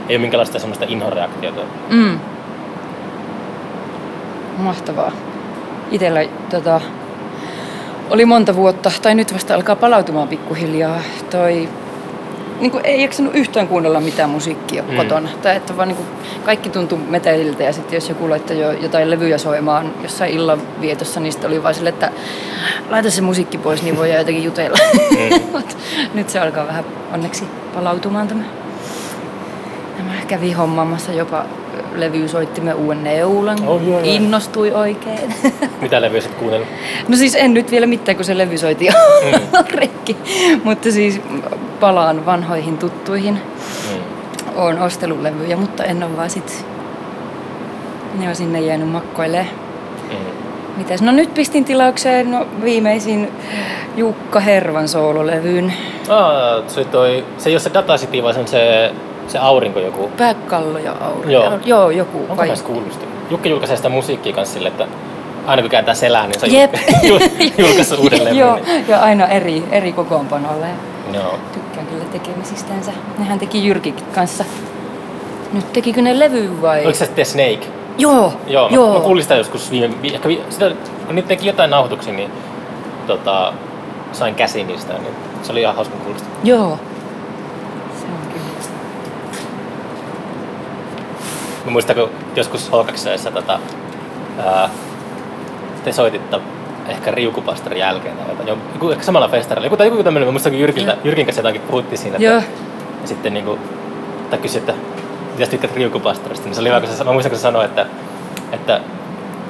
ei ole minkäänlaista semmoista inhoreaktiota.
Mm. Mahtavaa. Itellä tota, oli monta vuotta, tai nyt vasta alkaa palautumaan pikkuhiljaa, toi niin kuin ei jaksanut yhtään kuunnella mitään musiikkia mm. kotona. Tai että vaan niin kuin kaikki tuntui meteliltä ja sitten jos joku laittoi jo jotain levyjä soimaan jossain illanvietossa, niin sitten oli vaan sille, että laita se musiikki pois, niin voidaan jotenkin jutella. Mm. nyt se alkaa vähän onneksi palautumaan tämä. Ja Mä kävin hommaamassa jopa levysoittimen uuden neulan, kun
Oh, joo, joo.
innostui oikein.
Mitä levyä sä oot kuunnellut?
No siis en nyt vielä mitään, kun se levy soiti
Mm.
rikki. Mutta siis palaan vanhoihin tuttuihin.
Mm.
Oon ostellut levyjä, mutta en ole vaan sit... Ne on sinne jäänyt makkoilee.
Mm.
Mitäs? No nyt pistin tilaukseen no, viimeisin Jukka Hervan soololevyyn.
Aa, se, toi, se ei ole se datacity, vaan se on se, se aurinko joku.
Pääkallo ja aura.
Joo.
Joo joku.
Onko
vai-
mä kuullut sitä? Jukki julkaisee sitä musiikkia kanssa sille, että aina kun kääntää selää, niin se
Jep.
julkaisee uudelleen.
Joo, ja aina eri, eri kokoonpanolle.
niin- Joo.
Tykkään kyllä tekemisistänsä. Nehän teki Jyrkikin kanssa. Nyt tekikö ne levy vai?
Oliko se The Snake?
Joo,
Joo, Joo. Mä, mä
joo.
kuulin sitä joskus viime, vi- ehkä vi, sitä, kun niitä teki jotain nauhoituksia, niin tota, sain käsiin niistä, niin se oli ihan hauska kuulosta.
joo. Se on kyllä.
Mä muistan, kun joskus H2 tota, ää, te soititte ehkä riukupastorin jälkeen tai jotain. Joku, ehkä samalla festarilla. Joku, tai joku tämmöinen, mä muistan, kun Jyrkiltä,
Joo.
Jyrkin kanssa jotakin puhuttiin siinä. että-
Joo.
Ja sitten niinku, tai kysyi, että mitä sä tykkäät riukupastorista, niin se oli hyvä, kun se, mä muistan, kun se sanoi, että, että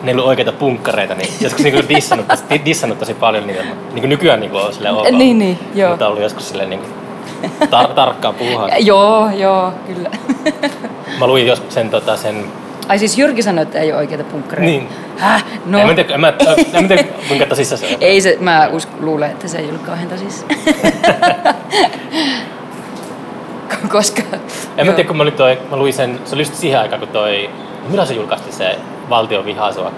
ne ei ollut oikeita punkkareita, niin joskus niinku dissannut, dissannut tosi paljon niitä. Niinku nykyään niinku on silleen ok.
Niin, niin, joo.
Mutta ollut joskus silleen niinku tar- tarkkaa puuhaa.
Joo, joo, kyllä.
Mä luin joskus sen, tota, sen
Ai siis Jyrki sanoi, että ei ole oikeita punkkareita.
Niin.
Häh? No.
No. En mä tiedä, en mä, en mä tiedä kuinka tosissaan se on.
Ei se, mä usko, luulen, että se ei ollut kauhean tosissa. Ko- Koska...
En mä
joo.
tiedä, kun mä, olin toi, mä luin sen, se oli just siihen aikaan, kun toi, milloin se julkaistiin se Valtion vihaa sua?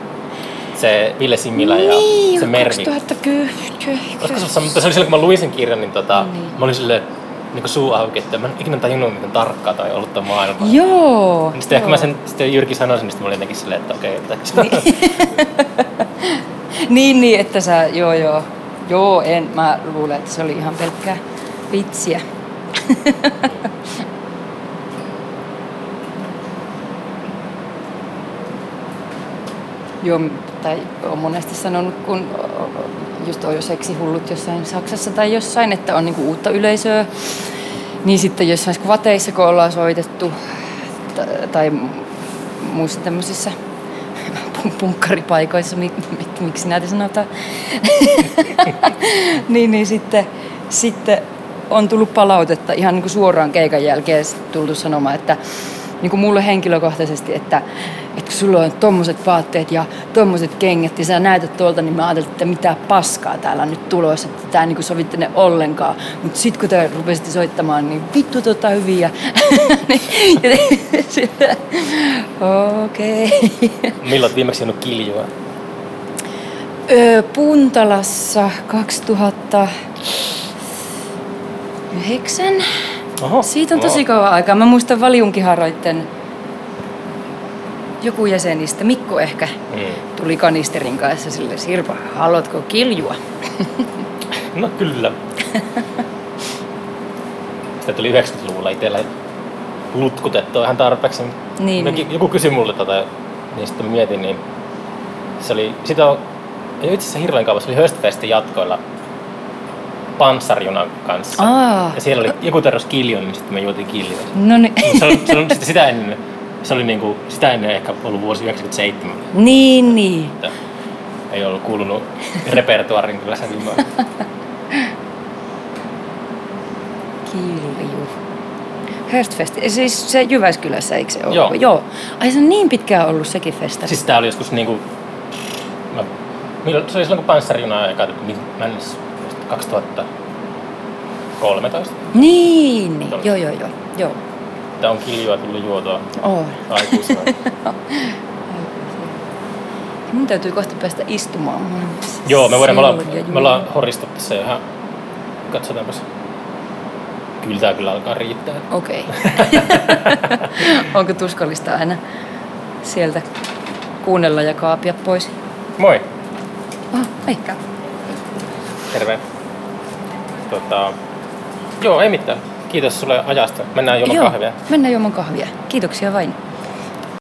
Se Ville Simmilä ja
niin,
se Mervi.
2010.
Olisiko se, ollut sama- mutta se oli silloin, kun mä luin sen kirjan, niin, tota,
Niin.
niin. mä olin silleen niin suu auki, että mä en ikinä tajunnut, miten tarkkaa toi on ollut toi maailma.
Joo.
Niin Sitten ehkä
joo.
mä sen sitten Jyrki sanoi sen, niin sitten mä olin jotenkin silleen, että okei, että
Niin, niin, että sä, joo, joo. Joo, en, mä luulen, että se oli ihan pelkkää vitsiä. joo, tai on monesti sanonut, kun just on jo seksihullut jossain Saksassa tai jossain, että on niinku uutta yleisöä. Niin sitten jossain vateissa, kun ollaan soitettu, t- tai muissa tämmöisissä pun- punkkaripaikoissa, mi- mi- miksi näitä sanotaan, niin, niin sitten, sitten on tullut palautetta ihan niin kuin suoraan keikan jälkeen s- tultu sanomaan, että niin kuin mulle henkilökohtaisesti, että, että kun sulla on tommoset vaatteet ja tommoset kengät ja sä näytät tuolta, niin mä ajattelin, että mitä paskaa täällä on nyt tulossa, että tää niinku sovitte ne ollenkaan. Mut sit kun te rupesitte soittamaan, niin vittu tota hyviä. Niin, Ja sitten, Okei.
milloin oot viimeksi ollut kiljua.
Öö, Puntalassa 2009.
Oho,
Siitä on
oho.
tosi kauan aikaa. Mä muistan valjunkiharoitten joku jäsenistä, Mikko ehkä,
Mm.
tuli kanisterin kanssa sille, Sirpa, haluatko kiljua?
No kyllä. Sitä tuli 90-luvulla itsellä lutkutettua ihan tarpeeksi.
Niin,
Mä-
niin.
Joku kysyi mulle tätä, niin sitten mä mietin, niin se oli, sitä on, ei itse asiassa hirveän kauan, se oli Höstfestin jatkoilla. panssarjunan kanssa.
Aa.
Ja siellä oli, joku tarjosi kiljon, niin sitten me juotiin kiljon.
No niin.
se, on, se on sitten sitä ennen, se oli niinku, sitä ennen ehkä ollut vuosi 97,
niin, niin.
että ei ollut kuulunut repertuaarin kyllä sen ilman.
Kilju. Hörstfest. Siis se Jyväskylässä, eikö se ole?
Joo.
Joo. Ai se on niin pitkään ollut sekin festari.
Siis tää oli joskus niinku, mä, milloin, se oli silloin kun panssarjuna aika, mä en edes- 2013.
Niin, niin.
Joo.
Joo, joo, joo. joo.
Tää on kiljoa tullut juotua
Oh.
aikuisena.
Mun täytyy kohta päästä istumaan. Mulla on
Joo, me voidaan, me ollaan,
selkä juu.
me ollaan horistu tässä ihan, katsotaanpas. Kyllä tää kyllä alkaa riittää.
Okei. Onko tuskallista aina sieltä kuunnella ja kaapia pois?
Moi!
Oh, ehkä.
Terve. Tota, joo, ei mitään. Kiitos sulle ajasta. Mennään juomaan
Joo,
kahvia.
mennään juomaan kahvia. Kiitoksia vain.